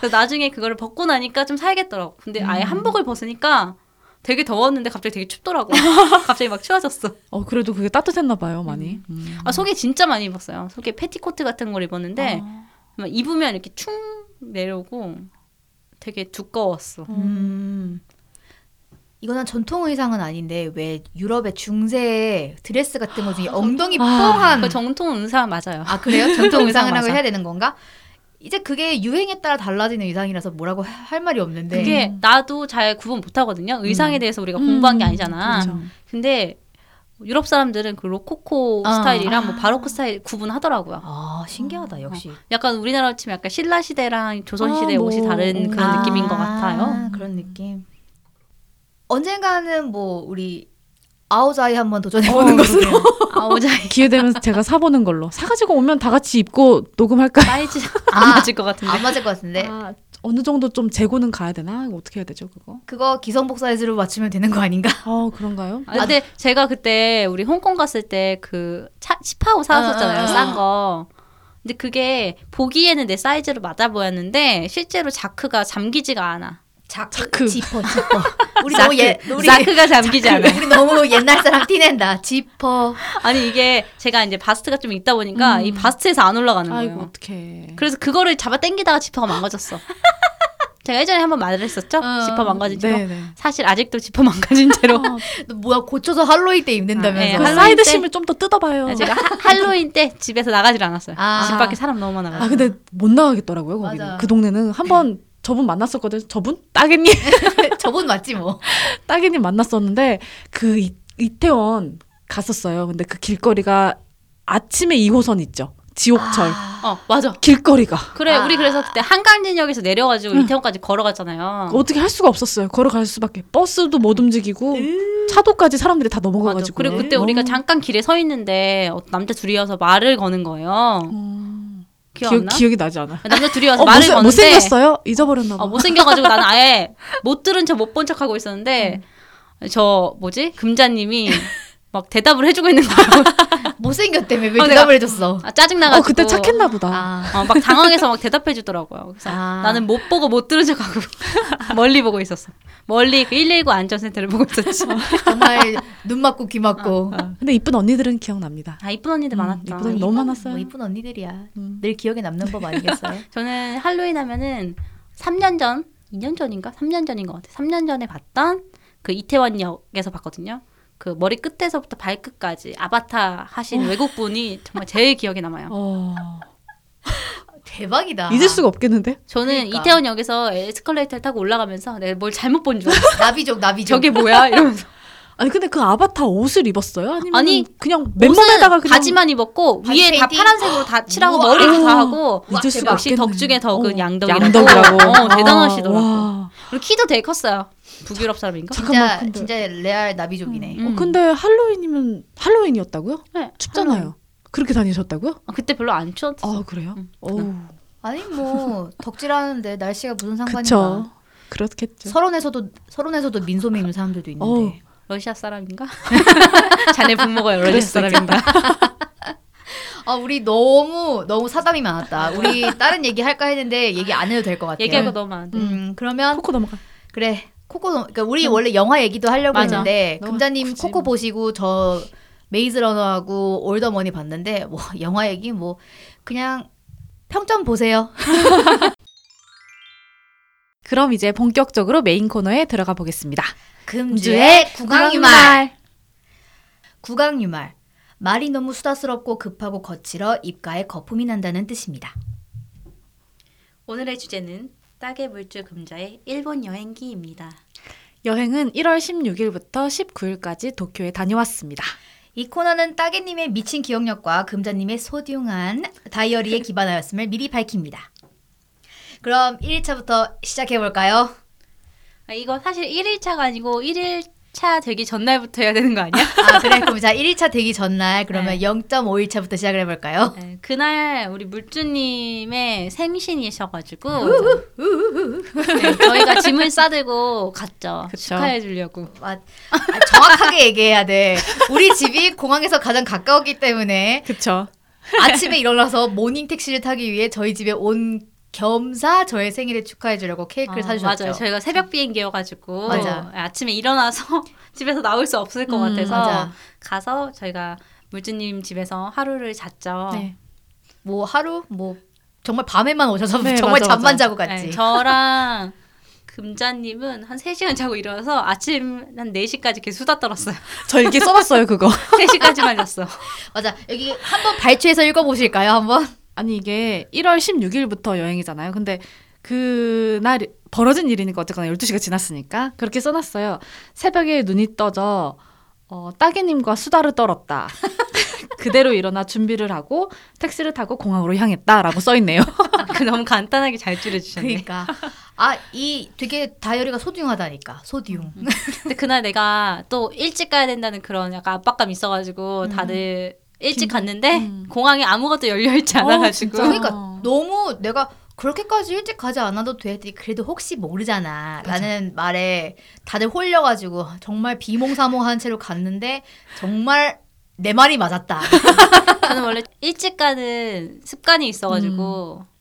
Speaker 2: 그래서 나중에 그거를 벗고 나니까 좀 살겠더라고. 근데
Speaker 1: 음.
Speaker 2: 아예 한복을 벗으니까 되게 더웠는데 갑자기 되게 춥더라고. 갑자기 막 추워졌어.
Speaker 1: 어 그래도 그게 따뜻했나 봐요 많이. 음.
Speaker 2: 아 속에 진짜 많이 입었어요. 속에 패티코트 같은 걸 입었는데
Speaker 1: 아.
Speaker 2: 막 입으면 이렇게 충 내려오고 되게 두꺼웠어.
Speaker 3: 음. 이거는 전통 의상은 아닌데 왜 유럽의 중세 드레스 같은 거 중에 엉덩이
Speaker 1: 아,
Speaker 3: 뽕한
Speaker 2: 그 정통 은사 맞아요.
Speaker 3: 아 그래요? 전통 의상이라고
Speaker 2: 맞아.
Speaker 3: 해야 되는 건가? 이제 그게 유행에 따라 달라지는 의상이라서 뭐라고 하- 할 말이
Speaker 1: 네.
Speaker 3: 없는데
Speaker 2: 그게 나도 잘 구분 못 하거든요. 의상에 대해서 우리가 공부한 게 아니잖아.
Speaker 1: 음. 그렇죠.
Speaker 2: 근데 유럽 사람들은 그 로코코
Speaker 3: 어.
Speaker 2: 스타일이랑 뭐 바로크 스타일 구분하더라고요.
Speaker 3: 아 신기하다
Speaker 2: 어,
Speaker 3: 역시
Speaker 2: 약간 우리나라로 치면 약간 신라 시대랑 조선
Speaker 1: 아,
Speaker 2: 시대
Speaker 1: 뭐.
Speaker 2: 옷이 다른 그런
Speaker 1: 아.
Speaker 2: 느낌인 것 같아요.
Speaker 3: 그런 느낌. 언젠가는 뭐 우리 아오자이 한번 도전해
Speaker 2: 어,
Speaker 3: 보는 것으로
Speaker 2: 아오자
Speaker 1: 어, 기회 되면 제가 사보는 걸로 사가지고 오면 다 같이 입고 녹음할까?
Speaker 2: 사이즈
Speaker 3: 아. 네.
Speaker 2: 안 맞을 것 같은데.
Speaker 3: 안 맞을 것 같은데
Speaker 1: 아, 어느 정도 좀 재고는 가야 되나? 이거 어떻게 해야 되죠, 그거?
Speaker 3: 그거 기성복 사이즈로 맞추면 되는 거 아닌가?
Speaker 1: 아, 그런가요?
Speaker 2: 아, 근데 제가 그때 우리 홍콩 갔을 때 그 치파오
Speaker 3: 아, 아, 아.
Speaker 2: 사왔었잖아요. 싼 거. 근데 그게 보기에는 내 사이즈로 맞아 보였는데 실제로 자크가 잠기지가 않아.
Speaker 1: 자크.
Speaker 3: 지퍼 지퍼. 우리
Speaker 2: 자크,
Speaker 3: 너무 옛 예, 우리
Speaker 2: 자크가 잠기지 않아.
Speaker 3: 우리 너무 옛날 사람 티낸다. 지퍼.
Speaker 2: 아니 이게 제가 이제 바스트가 좀 있다 보니까
Speaker 1: 음.
Speaker 2: 이 바스트에서 안 올라가는 거예요.
Speaker 1: 아이고, 어떡해.
Speaker 2: 그래서 그거를 잡아 당기다가 지퍼가 망가졌어. 제가 예전에 한번 말했었죠?
Speaker 3: 어,
Speaker 2: 지퍼 망가진 채로.
Speaker 1: 네, 네.
Speaker 2: 사실 아직도 지퍼 망가진 채로.
Speaker 3: 너 뭐야 고쳐서 할로윈 때 입는다면서.
Speaker 2: 아,
Speaker 1: 그
Speaker 2: 네.
Speaker 1: 사이드
Speaker 2: 할로윈 때-
Speaker 1: 심을 좀 더 뜯어봐요.
Speaker 2: 제가 할로윈 때 집에서 나가질 않았어요.
Speaker 3: 아.
Speaker 2: 집 밖에 사람 너무 많아가지고.
Speaker 1: 아, 근데 못 나가겠더라고요, 거기는.
Speaker 3: 맞아.
Speaker 1: 그 동네는 한번 저분 만났었거든요. 저분? 따개님?
Speaker 3: 저분 맞지 뭐.
Speaker 1: 따개님 만났었는데 그 이, 이태원 갔었어요. 근데 그 길거리가 아침에 2호선 있죠. 지옥철.
Speaker 3: 아,
Speaker 2: 어 맞아.
Speaker 1: 길거리가.
Speaker 2: 그래
Speaker 3: 아.
Speaker 2: 우리 그래서 그때 한강진역에서 내려가지고 이태원까지 걸어갔잖아요.
Speaker 1: 어떻게 할 수가 없었어요. 걸어갈 수밖에. 버스도 못 움직이고 차도까지 사람들이 다 넘어가가지고.
Speaker 2: 그리고 그때 우리가 잠깐 길에 서 있는데 어, 남자 둘이어서 말을 거는 거예요.
Speaker 1: 음, 기억,
Speaker 2: 기억나?
Speaker 1: 기억이 나지 않아.
Speaker 2: 남자 둘이어서
Speaker 1: 어,
Speaker 2: 말을
Speaker 1: 못생-
Speaker 2: 거는데
Speaker 1: 못생겼어요? 잊어버렸나 봐.
Speaker 2: 어, 못생겨가지고 나는 아예 못 들은 척 못 본 척하고 있었는데 저 뭐지 금자님이 막 대답을 해주고 있는 거예요.
Speaker 3: 못생겼다며 왜
Speaker 2: 어,
Speaker 3: 대답을 해줬어.
Speaker 2: 아, 짜증나가지고.
Speaker 1: 어, 그때 착했나 보다.
Speaker 3: 아.
Speaker 2: 어, 막 당황해서 막 대답해 주더라고요. 그래서
Speaker 3: 아.
Speaker 2: 나는 못 보고 못 들은 척하고 멀리 보고 있었어. 멀리 그 119 안전센터를 보고 있었지.
Speaker 3: 정말 눈 맞고 귀 맞고.
Speaker 1: 근데 이쁜 언니들은 기억납니다.
Speaker 2: 아 이쁜 언니들 많았다.
Speaker 1: 이쁜 언니 아. 너무 많았어요.
Speaker 3: 뭐 이쁜 언니들이야.
Speaker 1: 음.
Speaker 3: 늘 기억에 남는 법 아니겠어요?
Speaker 2: 저는 할로윈 하면은 3년 전, 2년 전인가? 3년 전인 것 같아요. 3년 전에 봤던 그 이태원역에서 봤거든요. 그 머리 끝에서부터 발끝까지 아바타 하신 외국분이 정말 제일 기억에 남아요.
Speaker 1: 어,
Speaker 3: 대박이다.
Speaker 1: 잊을 수가 없겠는데?
Speaker 2: 저는
Speaker 3: 그러니까.
Speaker 2: 이태원역에서 에스컬레이터를 타고 올라가면서 내가 뭘 잘못 본 줄 알았어요.
Speaker 3: 나비족 나비족.
Speaker 2: 저게 뭐야? 이러면서.
Speaker 1: 아니 근데 그 아바타 옷을 입었어요? 아니면
Speaker 2: 아니,
Speaker 1: 그냥 맨몸에다가 그냥
Speaker 2: 바지만 입었고
Speaker 3: 바지
Speaker 2: 위에 다
Speaker 3: 페인팅?
Speaker 2: 파란색으로 다 칠하고
Speaker 3: 우와.
Speaker 2: 머리도 다 하고
Speaker 3: 우와,
Speaker 1: 잊을 수가
Speaker 3: 대박.
Speaker 2: 역시
Speaker 1: 없겠네.
Speaker 2: 덕 중에 덕은
Speaker 1: 어,
Speaker 2: 양덕이라고.
Speaker 1: 양덕이라고.
Speaker 2: 어,
Speaker 1: 아,
Speaker 2: 대단하시더라고.
Speaker 1: 와.
Speaker 2: 그리고 키도 되게 컸어요. 북유럽 사람인가?
Speaker 3: 진짜
Speaker 1: 잠깐만, 근데-
Speaker 3: 진짜 레알 나비족이네.
Speaker 2: 음.
Speaker 1: 어, 근데 할로윈이면 할로윈이었다고요?
Speaker 2: 네,
Speaker 1: 춥잖아요. 그렇게 다니셨다고요?
Speaker 2: 아, 그때 별로 안 추웠어.
Speaker 1: 아 그래요?
Speaker 2: 음.
Speaker 1: 어우,
Speaker 3: 아니 뭐 덕질하는데 날씨가 무슨 상관이야.
Speaker 1: 그쵸. 그렇겠죠.
Speaker 3: 서론에서도 서론에서도 민소매 입는 사람들도
Speaker 1: 어우.
Speaker 3: 있는데.
Speaker 2: 러시아 사람인가? 자네 부모가 러시아
Speaker 1: 그랬을
Speaker 2: 사람인가?
Speaker 3: 아 우리 너무 너무 사담이 많았다. 우리 다른 얘기 할까 했는데 얘기 안 해도 될 것 같아요.
Speaker 2: 얘기하고 너무 안 돼.
Speaker 3: 음 그러면
Speaker 1: 코코 넘어가.
Speaker 3: 그래 코코 그러니까 우리 원래 영화 얘기도 하려고
Speaker 2: 맞아.
Speaker 3: 했는데
Speaker 1: 너무
Speaker 3: 금자님
Speaker 1: 굳이
Speaker 3: 코코
Speaker 1: 뭐.
Speaker 3: 보시고 저 메이즈러너하고 올더머니 봤는데 뭐 영화 얘기 뭐 그냥 평점 보세요.
Speaker 1: 그럼 이제 본격적으로 메인 코너에 들어가 보겠습니다.
Speaker 3: 금주의 구강유말. 구강유말. 말이 너무 수다스럽고 급하고 거칠어 입가에 거품이 난다는 뜻입니다.
Speaker 2: 오늘의 주제는 따개 물주 금자의 일본 여행기입니다.
Speaker 1: 여행은 1월 16일부터 19일까지 도쿄에 다녀왔습니다.
Speaker 3: 이 코너는 따개님의 미친 기억력과 금자님의 소중한 다이어리에 기반하였음을 미리 밝힙니다. 그럼 1일차부터 시작해볼까요?
Speaker 2: 아, 이거 사실 1일차가 아니고 1일차 되기 전날부터 해야 되는 거 아니야?
Speaker 3: 아, 그래. 그럼 자, 1일차 되기 전날, 그러면 0.5일차부터 시작을 해볼까요?
Speaker 2: 네, 그날 우리 물주님의 생신이셔가지고 네, 저희가 짐을 싸들고 갔죠.
Speaker 1: 그쵸.
Speaker 2: 축하해 주려고.
Speaker 3: 아, 아, 정확하게 얘기해야 돼. 우리 집이 공항에서 가장 가까웠기 때문에
Speaker 1: 그쵸.
Speaker 3: 아침에 일어나서 모닝 택시를 타기 위해 저희 집에 온 겸사 저의 생일을 축하해 주려고 케이크를
Speaker 2: 아,
Speaker 3: 사주셨죠.
Speaker 2: 맞아요. 저희가 새벽 비행기여가지고 네,
Speaker 3: 맞아.
Speaker 2: 아침에 일어나서 집에서 나올 수 없을 것
Speaker 1: 음,
Speaker 2: 같아서
Speaker 3: 맞아.
Speaker 2: 가서 저희가 물주님 집에서 하루를 잤죠.
Speaker 1: 네.
Speaker 3: 뭐 하루 뭐 정말 밤에만 오셔서
Speaker 1: 네,
Speaker 3: 정말
Speaker 1: 맞아,
Speaker 3: 잠만
Speaker 1: 맞아.
Speaker 3: 자고 갔지.
Speaker 2: 네, 저랑 금자님은 한 3시간 자고 일어나서 아침 한 4시까지 이렇게 수다 떨었어요.
Speaker 1: 저 이렇게 써놨어요 그거.
Speaker 2: 3시까지만 잤어.
Speaker 3: 맞아. 여기 한번 발췌해서 읽어 보실까요? 한번.
Speaker 1: 아니 이게 1월 16일부터 여행이잖아요. 근데 그날 벌어진 일이니까 어쨌거나 12시가 지났으니까 그렇게 써놨어요. 새벽에 눈이 떠져 어, 따개님과 수다를 떨었다. 그대로 일어나 준비를 하고 택시를 타고 공항으로 향했다라고 써있네요.
Speaker 2: 그 너무 간단하게 잘 줄여주셨네.
Speaker 3: 그러니까 아 이 되게 다이어리가 소중하다니까. 소디움.
Speaker 1: 음.
Speaker 2: 근데 그날 내가 또 일찍 가야 된다는 그런 약간 압박감이
Speaker 3: 음.
Speaker 2: 있어가지고 다들 일찍 갔는데
Speaker 1: 음.
Speaker 2: 공항에 아무것도 열려있지 않아가지고
Speaker 1: 어, 진짜?
Speaker 3: 그러니까 너무 내가 그렇게까지 일찍 가지 않아도 돼. 그래도 혹시 모르잖아.
Speaker 1: 맞아.
Speaker 3: 라는 말에 다들 홀려가지고 정말 비몽사몽한 채로 갔는데 정말 내 말이 맞았다.
Speaker 2: 저는 원래 일찍 가는 습관이 있어가지고
Speaker 3: 음.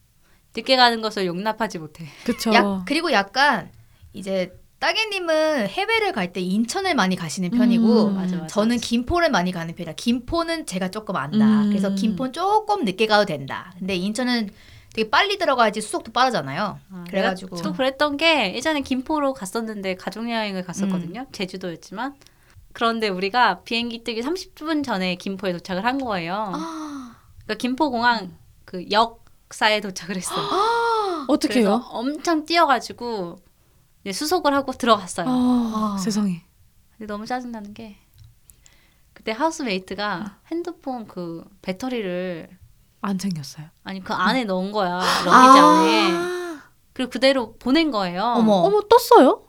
Speaker 2: 늦게 가는 것을 용납하지 못해.
Speaker 1: 그쵸.
Speaker 3: 약- 그리고 약간 이제 따개님은 해외를 갈 때 인천을 많이 가시는 편이고
Speaker 1: 음.
Speaker 2: 맞아, 맞아.
Speaker 3: 저는 김포를 많이 가는 편이라 김포는 제가 조금 안다.
Speaker 1: 음.
Speaker 3: 그래서 김포는 조금 늦게 가도 된다. 근데 인천은 되게 빨리 들어가야지 수속도 빠르잖아요.
Speaker 2: 아,
Speaker 3: 그래가지고
Speaker 2: 내가 또 그랬던 게 예전에 김포로 갔었는데 가족여행을 갔었거든요.
Speaker 3: 음.
Speaker 2: 제주도였지만. 그런데 우리가 비행기 뜨기 30분 전에 김포에 도착을 한 거예요.
Speaker 3: 아,
Speaker 2: 그러니까 김포공항 그 역사에 도착을
Speaker 3: 아,
Speaker 2: 했어요.
Speaker 1: 어떻게
Speaker 2: 그래서
Speaker 1: 해요?
Speaker 2: 엄청 뛰어가지고 이제 수속을 하고 들어갔어요.
Speaker 1: 아,
Speaker 3: 아.
Speaker 1: 세상에.
Speaker 2: 근데 너무 짜증나는 게 그때
Speaker 3: 아.
Speaker 2: 하우스메이트가 핸드폰 그 배터리를
Speaker 1: 안 챙겼어요.
Speaker 2: 아니 그
Speaker 3: 음.
Speaker 2: 안에 넣은 거야
Speaker 3: 아.
Speaker 2: 러비지 안에
Speaker 1: 아.
Speaker 2: 그리고 그대로 보낸 거예요.
Speaker 3: 어머.
Speaker 1: 어머, 떴어요?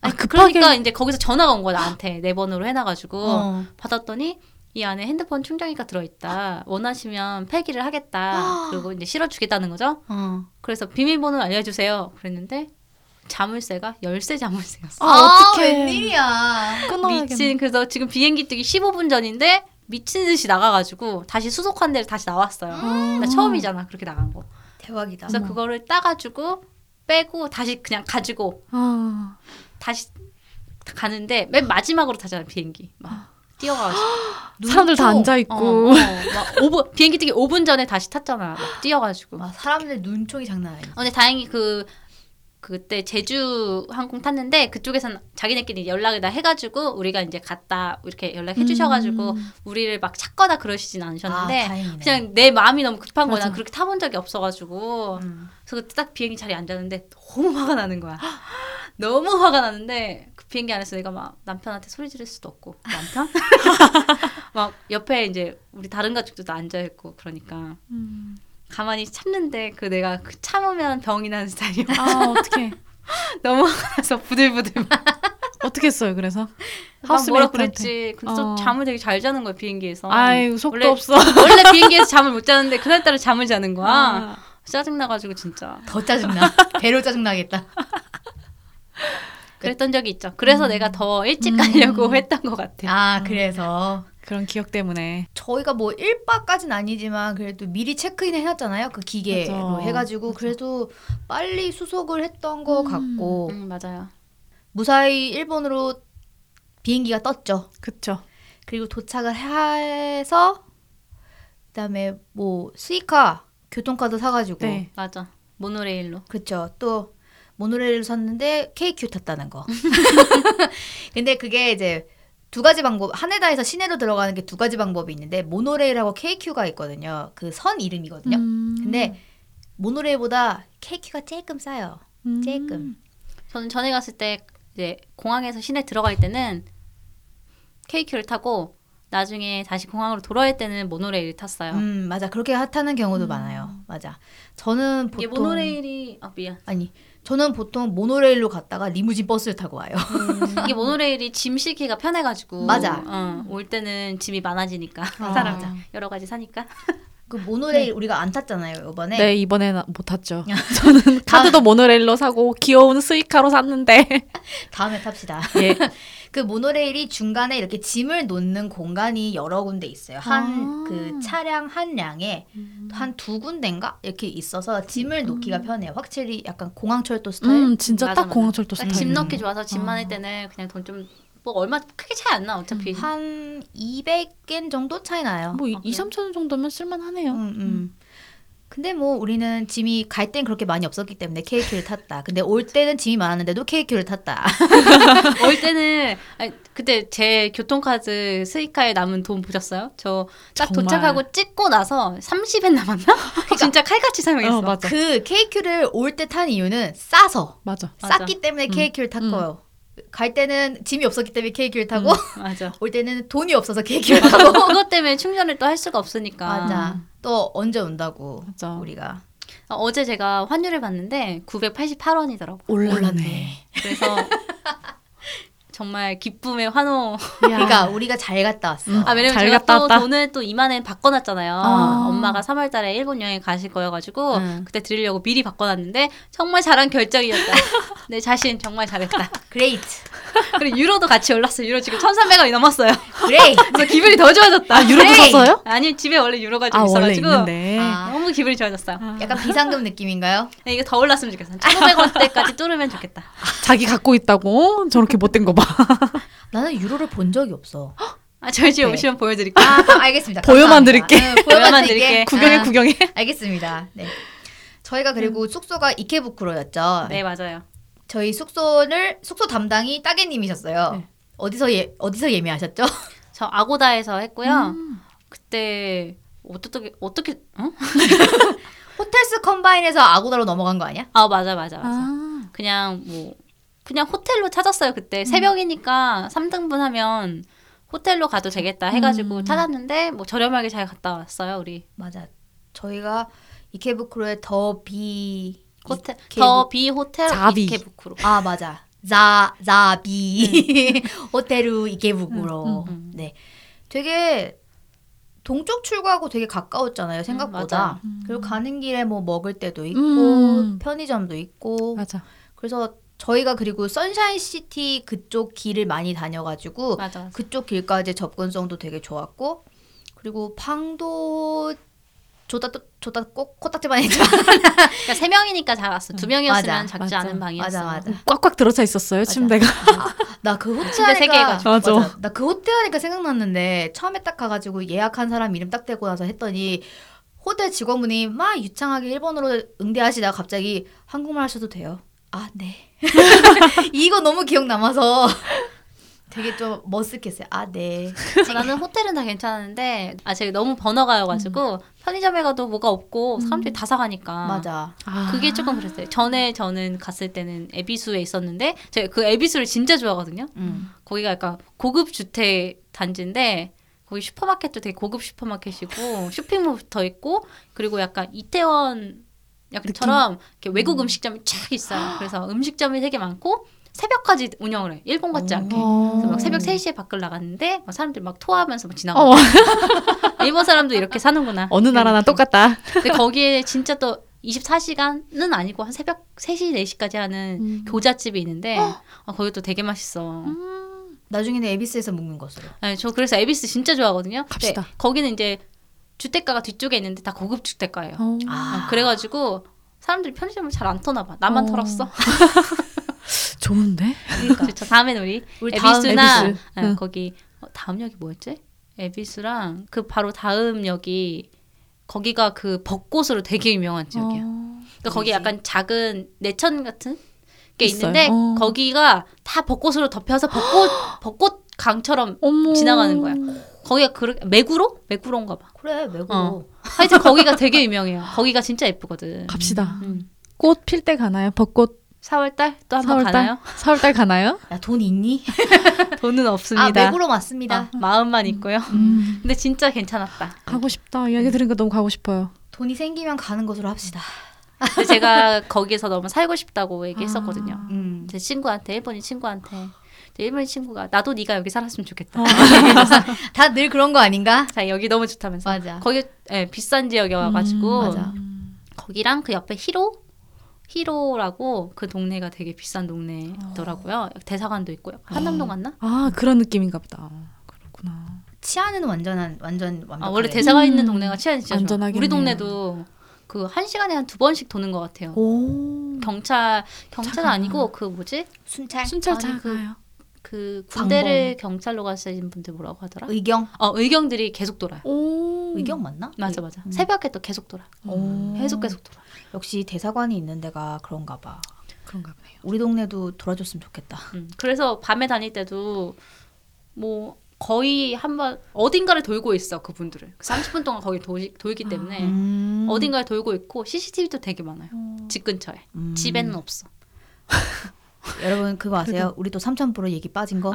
Speaker 2: 아니,
Speaker 1: 아, 급하게.
Speaker 2: 그러니까 이제 거기서 전화가 온 거야 나한테 네 번으로 해놔가지고
Speaker 3: 어.
Speaker 2: 받았더니 이 안에 핸드폰 충전기가 들어있다 원하시면 폐기를
Speaker 1: 아.
Speaker 2: 하겠다 그리고 이제 실어주겠다는 거죠.
Speaker 3: 어.
Speaker 2: 그래서 비밀번호 를 알려주세요. 그랬는데 자물쇠가 열쇠 자물쇠였어.
Speaker 1: 아, 어떡해.
Speaker 3: 웬일이야.
Speaker 1: 끊어야겠네.
Speaker 2: 미친 그래서 지금 비행기 뜨기 15분 전인데 미친 듯이 나가가지고 다시 수속한 데로 다시 나왔어요.
Speaker 1: 아.
Speaker 2: 나 처음이잖아 그렇게 나간 거.
Speaker 3: 대박이다.
Speaker 2: 그래서
Speaker 1: 어머.
Speaker 2: 그거를 따가지고 빼고 다시 그냥 가지고
Speaker 1: 아.
Speaker 2: 다시 가는데 맨 마지막으로 타잖아 비행기 막 뛰어가가지고
Speaker 1: 사람들 다
Speaker 3: 눈도-
Speaker 2: 어,
Speaker 1: 앉아있고.
Speaker 2: 어, 막 5분 비행기 뜨기 5분 전에 다시 탔잖아 막 뛰어가지고
Speaker 3: 와, 음. 사람들 눈총이 장난 아니야.
Speaker 2: 어, 근데 다행히 그 그때 제주 항공 탔는데 그쪽에선 자기네끼리 연락을 다 해가지고 우리가 이제 갔다 이렇게 연락해 주셔가지고
Speaker 1: 음.
Speaker 2: 우리를 막 찾거나 그러시진
Speaker 3: 아,
Speaker 2: 않으셨는데
Speaker 3: 다행이네.
Speaker 2: 그냥 내 마음이 너무 급한 거야.
Speaker 1: 맞아.
Speaker 2: 난 그렇게 타본 적이 없어가지고
Speaker 3: 음.
Speaker 2: 그래서 그때 딱 비행기 자리에 앉았는데 너무 화가 나는 거야. 너무 화가 나는데 그 비행기 안에서 내가 막 남편한테 소리 지를 수도 없고 남편 막 옆에 이제 우리 다른 가족들도 앉아 있고 그러니까
Speaker 1: 음.
Speaker 2: 가만히 참는데 그 내가 그 참으면 병이 나는 스타일이야.
Speaker 1: 아, 어떡해.
Speaker 2: 너무 화나서 부들부들. 막
Speaker 1: 어떻게 했어요, 그래서?
Speaker 2: 막 뭐라
Speaker 1: 하우스메이트한테.
Speaker 2: 그랬지. 근데 또
Speaker 1: 아, 어.
Speaker 2: 잠을 되게 잘 자는 거야 비행기에서.
Speaker 1: 아이, 속도
Speaker 2: 어, 원래-
Speaker 1: 없어.
Speaker 2: 원래 비행기에서 잠을 못 자는데 그날따라 잠을 자는
Speaker 1: 아.
Speaker 2: 거야. 짜증 나가지고 진짜.
Speaker 3: 더 짜증나. 배로 짜증나겠다.
Speaker 2: 그랬던 적이 있죠. 그래서 내가 더 일찍 가려고
Speaker 1: 음.
Speaker 2: 했던 것 같아.
Speaker 3: 아, 그래서.
Speaker 1: 그런 기억 때문에.
Speaker 3: 저희가 뭐 1박까지는 아니지만 그래도 미리 체크인 해놨잖아요. 그 기계로
Speaker 1: 맞아.
Speaker 3: 해가지고 그래도 빨리 수속을 했던 것
Speaker 1: 음.
Speaker 3: 같고
Speaker 2: 음, 맞아요.
Speaker 3: 무사히 일본으로 비행기가 떴죠.
Speaker 1: 그쵸.
Speaker 3: 그리고 도착을 해서 그다음에 뭐 스이카 교통카드 사가지고
Speaker 1: 네.
Speaker 2: 맞아. 모노레일로.
Speaker 3: 그쵸. 또 모노레일을 샀는데 KQ 탔다는 거. 근데 그게 이제 두 가지 방법. 하네다에서 시내로 들어가는 게 두 가지 방법이 있는데 모노레일하고 KQ가 있거든요. 그 선
Speaker 2: 네.
Speaker 3: 이름이거든요.
Speaker 1: 음.
Speaker 3: 근데 모노레일보다 KQ가 조금 싸요.
Speaker 1: 음.
Speaker 3: 조금.
Speaker 2: 저는 전에 갔을 때 이제 공항에서 시내 들어갈 때는 KQ를 타고 나중에 다시 공항으로 돌아올 때는 모노레일을 탔어요.
Speaker 3: 음, 맞아. 그렇게 핫하는 경우도
Speaker 1: 음.
Speaker 3: 많아요. 맞아. 저는
Speaker 2: 이게
Speaker 3: 보통
Speaker 2: 모노레일이 아 미안.
Speaker 3: 아니, 저는 보통 모노레일로 갔다가 리무진 버스를 타고 와요.
Speaker 2: 이게 모노레일이 짐 싣기가 편해가지고
Speaker 3: 음. 맞아.
Speaker 2: 어, 올 때는 짐이 많아지니까
Speaker 3: 아.
Speaker 2: 사람자 여러 가지 사니까
Speaker 3: 그 모노레일 우리가 안 탔잖아요, 이번에.
Speaker 1: 네, 이번에 나- 못 탔죠.
Speaker 2: 아.
Speaker 1: 저는 카드도 모노레일로 사고 귀여운 스이카로 샀는데.
Speaker 3: 다음에 탑시다.
Speaker 1: 예.
Speaker 3: 그 모노레일이 중간에 이렇게 짐을 놓는 공간이 여러 군데 있어요. 한
Speaker 1: 아.
Speaker 3: 그 차량 한 량에
Speaker 1: 음,
Speaker 3: 한 두 군데인가 이렇게 있어서 짐을 놓기가 편해요. 확실히 약간 공항철도 스타일.
Speaker 1: 음, 진짜
Speaker 2: 맞아,
Speaker 1: 딱
Speaker 2: 맞아.
Speaker 1: 공항철도 스타일.
Speaker 2: 짐
Speaker 3: 음.
Speaker 2: 넣기 좋아서 짐 많을
Speaker 1: 아.
Speaker 2: 때는 그냥 돈 좀 뭐 얼마 크게 차이 안 나 어차피
Speaker 3: 음. 한 200엔 정도 차이 나요.
Speaker 1: 뭐 이-
Speaker 2: 아,
Speaker 1: 이
Speaker 2: 그래요?
Speaker 1: 3천 원 정도면 쓸만하네요. 어,
Speaker 3: 음, 음. 근데 뭐 우리는 짐이 갈 땐 그렇게 많이 없었기 때문에 KQ를 탔다. 근데 올 때는 짐이 많았는데도 KQ를 탔다.
Speaker 2: 올 때는 아니, 그때 제 교통카드 스이카에 남은 돈 보셨어요? 저 딱
Speaker 1: 정말.
Speaker 2: 도착하고 찍고 나서 30엔 남았나? 진짜 칼같이 사용했어.
Speaker 1: 어, 맞아.
Speaker 3: 그 KQ를 올 때 탄 이유는 싸서
Speaker 1: 맞아.
Speaker 2: 맞아.
Speaker 3: 쌌기 때문에
Speaker 1: 음.
Speaker 3: KQ를 탔고요. 갈 때는 짐이 없었기 때문에 KQ를 타고
Speaker 1: 음.
Speaker 2: 맞아.
Speaker 3: 올 때는 돈이 없어서 KQ를 타고
Speaker 2: 그것 때문에 충전을 또 할 수가 없으니까.
Speaker 3: 맞아. 또 언제 온다고
Speaker 1: 맞아.
Speaker 3: 우리가
Speaker 2: 어, 어제 제가 환율을 봤는데 988원이더라고.
Speaker 1: 올라네.
Speaker 3: 몰랐네.
Speaker 2: 그래서 정말 기쁨의 환호.
Speaker 3: 그러니까 우리가 잘 갔다 왔어.
Speaker 1: 음.
Speaker 2: 아 왜냐면
Speaker 1: 잘
Speaker 2: 제가
Speaker 1: 갔다
Speaker 2: 또
Speaker 1: 왔다.
Speaker 2: 돈을 또 2만 원 바꿔놨잖아요.
Speaker 1: 아. 네.
Speaker 2: 엄마가 3월달에 일본 여행 가실 거여가지고
Speaker 3: 음.
Speaker 2: 그때 드리려고 미리 바꿔놨는데 정말 잘한 결정이었다. 내 자신 정말 잘했다.
Speaker 3: 그레이트.
Speaker 2: 그리고 유로도 같이 올랐어요. 유로 지금 1,300원이 넘었어요.
Speaker 3: 그레이트.
Speaker 2: 그래서 기분이 더 좋아졌다.
Speaker 1: 아, 유로도
Speaker 3: 에이!
Speaker 1: 샀어요?
Speaker 2: 아니 집에 원래 유로가 좀
Speaker 1: 아, 원래
Speaker 2: 있어가지고
Speaker 1: 있는데.
Speaker 3: 아.
Speaker 2: 너무 기분이 좋아졌어요.
Speaker 3: 약간 비상금 느낌인가요?
Speaker 2: 근데 이게 더 올랐으면 좋겠어. 1,500원대까지 뚫으면 좋겠다.
Speaker 1: 자기 갖고 있다고 저렇게 못된 거 봐.
Speaker 3: 나는 유로를 본 적이 없어.
Speaker 2: 아, 저희 집에
Speaker 3: 네.
Speaker 2: 오시면 보여드릴게요.
Speaker 3: 아, 그럼 알겠습니다.
Speaker 1: 보여만
Speaker 3: 감사합니다.
Speaker 1: 드릴게.
Speaker 3: 응, 보여만
Speaker 2: 보여만
Speaker 3: 드릴게.
Speaker 2: 드릴게.
Speaker 1: 구경해 음.
Speaker 3: 아,
Speaker 1: 구경해.
Speaker 3: 알겠습니다. 네. 저희가 그리고 숙소가 이케부쿠로였죠.
Speaker 2: 네, 맞아요.
Speaker 3: 저희 숙소를 숙소 담당이 따개님이셨어요.
Speaker 1: 네.
Speaker 3: 어디서 예 어디서 예매하셨죠?
Speaker 2: 저 아고다에서 했고요.
Speaker 1: 음.
Speaker 2: 그때 어떻게 어떻게 어?
Speaker 3: 호텔스 컴바인에서 아고다로 넘어간 거 아니야?
Speaker 2: 아, 맞아 맞아 맞아.
Speaker 1: 아.
Speaker 2: 그냥 뭐 그냥 호텔로 찾았어요. 그때
Speaker 3: 음.
Speaker 2: 새벽이니까 3등분 하면 호텔로 가도 되겠다 해 가지고
Speaker 1: 음.
Speaker 2: 찾았는데 뭐 저렴하게 잘 갔다 왔어요, 우리.
Speaker 3: 맞아. 저희가 이케부쿠로의 더비
Speaker 2: 호텔
Speaker 3: 이케부-
Speaker 2: 더비 호텔
Speaker 1: 자비.
Speaker 2: 이케부쿠로.
Speaker 3: 아 맞아. 자 자비 호텔루 이케부쿠로.
Speaker 2: 음, 음, 음.
Speaker 3: 네. 되게 동쪽 출구하고 되게 가까웠잖아요 생각보다.
Speaker 2: 맞아요.
Speaker 1: 음.
Speaker 3: 그리고 가는 길에 뭐 먹을 때도 있고
Speaker 1: 음.
Speaker 3: 편의점도 있고
Speaker 1: 맞아.
Speaker 3: 그래서 저희가 그리고 선샤인 시티 그쪽 길을 많이 다녀가지고
Speaker 2: 맞아. 맞아.
Speaker 3: 그쪽 길까지 접근성도 되게 좋았고 그리고 방도 좋다 또 좋다 꼭 코딱지만 했지만
Speaker 2: 그러니까 세 명이니까 잘 왔어. 두 명이었으면
Speaker 3: 음. 맞아,
Speaker 2: 작지
Speaker 1: 맞아.
Speaker 2: 않은 방이었어.
Speaker 3: 맞아 맞아
Speaker 1: 꽉꽉 들어차 있었어요
Speaker 3: 맞아.
Speaker 1: 침대가.
Speaker 3: 나 그 호텔
Speaker 2: 진짜 세게
Speaker 3: 하니까
Speaker 2: 해가지고.
Speaker 1: 맞아.
Speaker 3: 나 그 호텔 하니까 생각났는데 처음에 딱 가가지고 예약한 사람 이름 딱 대고 나서 했더니 호텔 직원분이 막 유창하게 일본어로 응대하시다가 갑자기 한국말 하셔도 돼요 아네 이거 너무 기억 남아서 되게 좀 머쓱했어요 아네
Speaker 2: 아, 나는 호텔은 다 괜찮았는데 아 제가 너무 번화가여가지고 편의점에 가도 뭐가 없고 사람들이 다 사가니까
Speaker 3: 음. 맞아
Speaker 2: 그게 조금 그랬어요. 전에 저는 갔을 때는 에비수에 있었는데 제가 그 에비수를 진짜 좋아하거든요.
Speaker 3: 음.
Speaker 2: 거기가 약간 고급 주택 단지인데 거기 슈퍼마켓도 되게 고급 슈퍼마켓이고 쇼핑몰 붙어 있고 그리고 약간 이태원 약간처럼 이렇게 외국 음식점이 쫙 있어요. 그래서 음식점이 되게 많고 새벽까지 운영을 해. 일본 같지 않게.
Speaker 1: 어. 아.
Speaker 2: 그래서 막 새벽 3시에 밖을 나갔는데 막 사람들 막 토하면서 막 지나가.
Speaker 1: 어,
Speaker 2: 일본 사람도 이렇게 사는구나. 네.
Speaker 1: 어느 나라나 똑같다.
Speaker 2: 근데 거기에 진짜 또 24시간은 아니고 한 새벽 3시 4시까지 하는
Speaker 1: 음.
Speaker 2: 교자집이 있는데 아, 거기도 되게 맛있어.
Speaker 3: 나중에는 에비스에서 묵는 것으로.
Speaker 2: 네, 저 그래서 에비스 진짜 좋아하거든요.
Speaker 1: 갑시다.
Speaker 2: 근데 거기는 이제 주택가가 뒤쪽에 있는데 다 고급 주택가예요.
Speaker 1: 어.
Speaker 2: 아, 그래가지고 사람들이 편의점을 잘 안 터나 봐. 나만
Speaker 1: 어.
Speaker 2: 털었어.
Speaker 1: 좋은데?
Speaker 3: 그러니까
Speaker 2: 그렇죠. 다음엔 우리,
Speaker 3: 우리 다음
Speaker 2: 에비스나
Speaker 1: 에비스.
Speaker 2: 네,
Speaker 1: 응.
Speaker 2: 거기 어, 다음 역이 뭐였지? 에비스랑 그 바로 다음 역이 거기가 그 벚꽃으로 되게 유명한 지역이야.
Speaker 1: 어.
Speaker 2: 그러니까 거기
Speaker 3: 뭐지?
Speaker 2: 약간 작은 내천 같은 게
Speaker 1: 있어요.
Speaker 2: 있는데
Speaker 1: 어.
Speaker 2: 거기가 다 벚꽃으로 덮여서 벚꽃 벚꽃 강처럼
Speaker 1: 어머.
Speaker 2: 지나가는 거야. 거기가 그 매구로? 매구로인가 봐.
Speaker 3: 그래 외국.
Speaker 2: 어. 하여튼 거기가 되게 유명해요. 거기가 진짜 예쁘거든.
Speaker 1: 갑시다.
Speaker 2: 음.
Speaker 1: 꽃 필 때 가나요? 벚꽃
Speaker 2: 4월 달또 한번
Speaker 1: 4월 달?
Speaker 2: 가나요?
Speaker 1: 4월 달 가나요?
Speaker 3: 야돈 있니?
Speaker 2: 돈은
Speaker 3: 아
Speaker 2: 없습니다.
Speaker 3: 외국으로 맞습니다.
Speaker 2: 아, 마음만 있고요.
Speaker 1: 음.
Speaker 2: 근데 진짜 괜찮았다.
Speaker 1: 가고 싶다. 이야기 들으니까 너무 가고 싶어요.
Speaker 3: 돈이 생기면 가는 것으로 합시다.
Speaker 2: 근데 제가 거기에서 너무 살고 싶다고 얘기했었거든요.
Speaker 1: 아.
Speaker 3: 음.
Speaker 2: 제 친구한테 일본인 친구한테 근데 일본인 친구가 나도 네가 여기 살았으면 좋겠다.
Speaker 3: 다 늘 그런 거 아닌가?
Speaker 2: 자 여기 너무 좋다면서.
Speaker 3: 맞아.
Speaker 2: 거기 예, 비싼 지역에
Speaker 1: 음,
Speaker 2: 와가지고
Speaker 3: 맞아.
Speaker 2: 거기랑 그 옆에 히로 히로라고 그 동네가 되게 비싼 동네더라고요.
Speaker 3: 어.
Speaker 2: 대사관도 있고 한남동 갔나?
Speaker 1: 아 그런 느낌인가 보다. 그렇구나.
Speaker 3: 치아는 완전한 완전 완벽해.
Speaker 2: 아, 완벽하게. 원래 대사관 있는
Speaker 1: 음.
Speaker 2: 동네가 치안이 진짜 좋아.
Speaker 1: 안전하겠네요.
Speaker 2: 우리 동네도 그 한 시간에 한 두 번씩 도는 것 같아요.
Speaker 1: 오.
Speaker 2: 경찰 경찰
Speaker 1: 차가.
Speaker 2: 아니고 그 뭐지
Speaker 3: 순찰 네.
Speaker 1: 순찰
Speaker 2: 아니, 그-
Speaker 1: 차가요.
Speaker 2: 그 군대를 경찰로 가시는 분들 뭐라고 하더라?
Speaker 3: 의경
Speaker 2: 어 의경들이 계속 돌아요.
Speaker 1: 오.
Speaker 3: 의경 맞나?
Speaker 2: 맞아 맞아.
Speaker 3: 음.
Speaker 2: 새벽에 또 계속 돌아.
Speaker 1: 오.
Speaker 2: 계속 계속 돌아.
Speaker 3: 역시 대사관이 있는 데가 그런가 봐.
Speaker 1: 그런가 보네요.
Speaker 3: 우리 동네도 돌아줬으면 좋겠다.
Speaker 2: 음, 그래서 밤에 다닐 때도 뭐 거의 한번 어딘가를 돌고 있어 그분들을 30분 동안 거기 돌, 돌기 때문에
Speaker 3: 음.
Speaker 2: 예. 어딘가를 돌고 있고 CCTV도 되게 많아요 집 근처에
Speaker 3: 음.
Speaker 2: 집에는 없어
Speaker 3: 여러분 그거 아세요? 우리 또 삼천포로 얘기 빠진 거.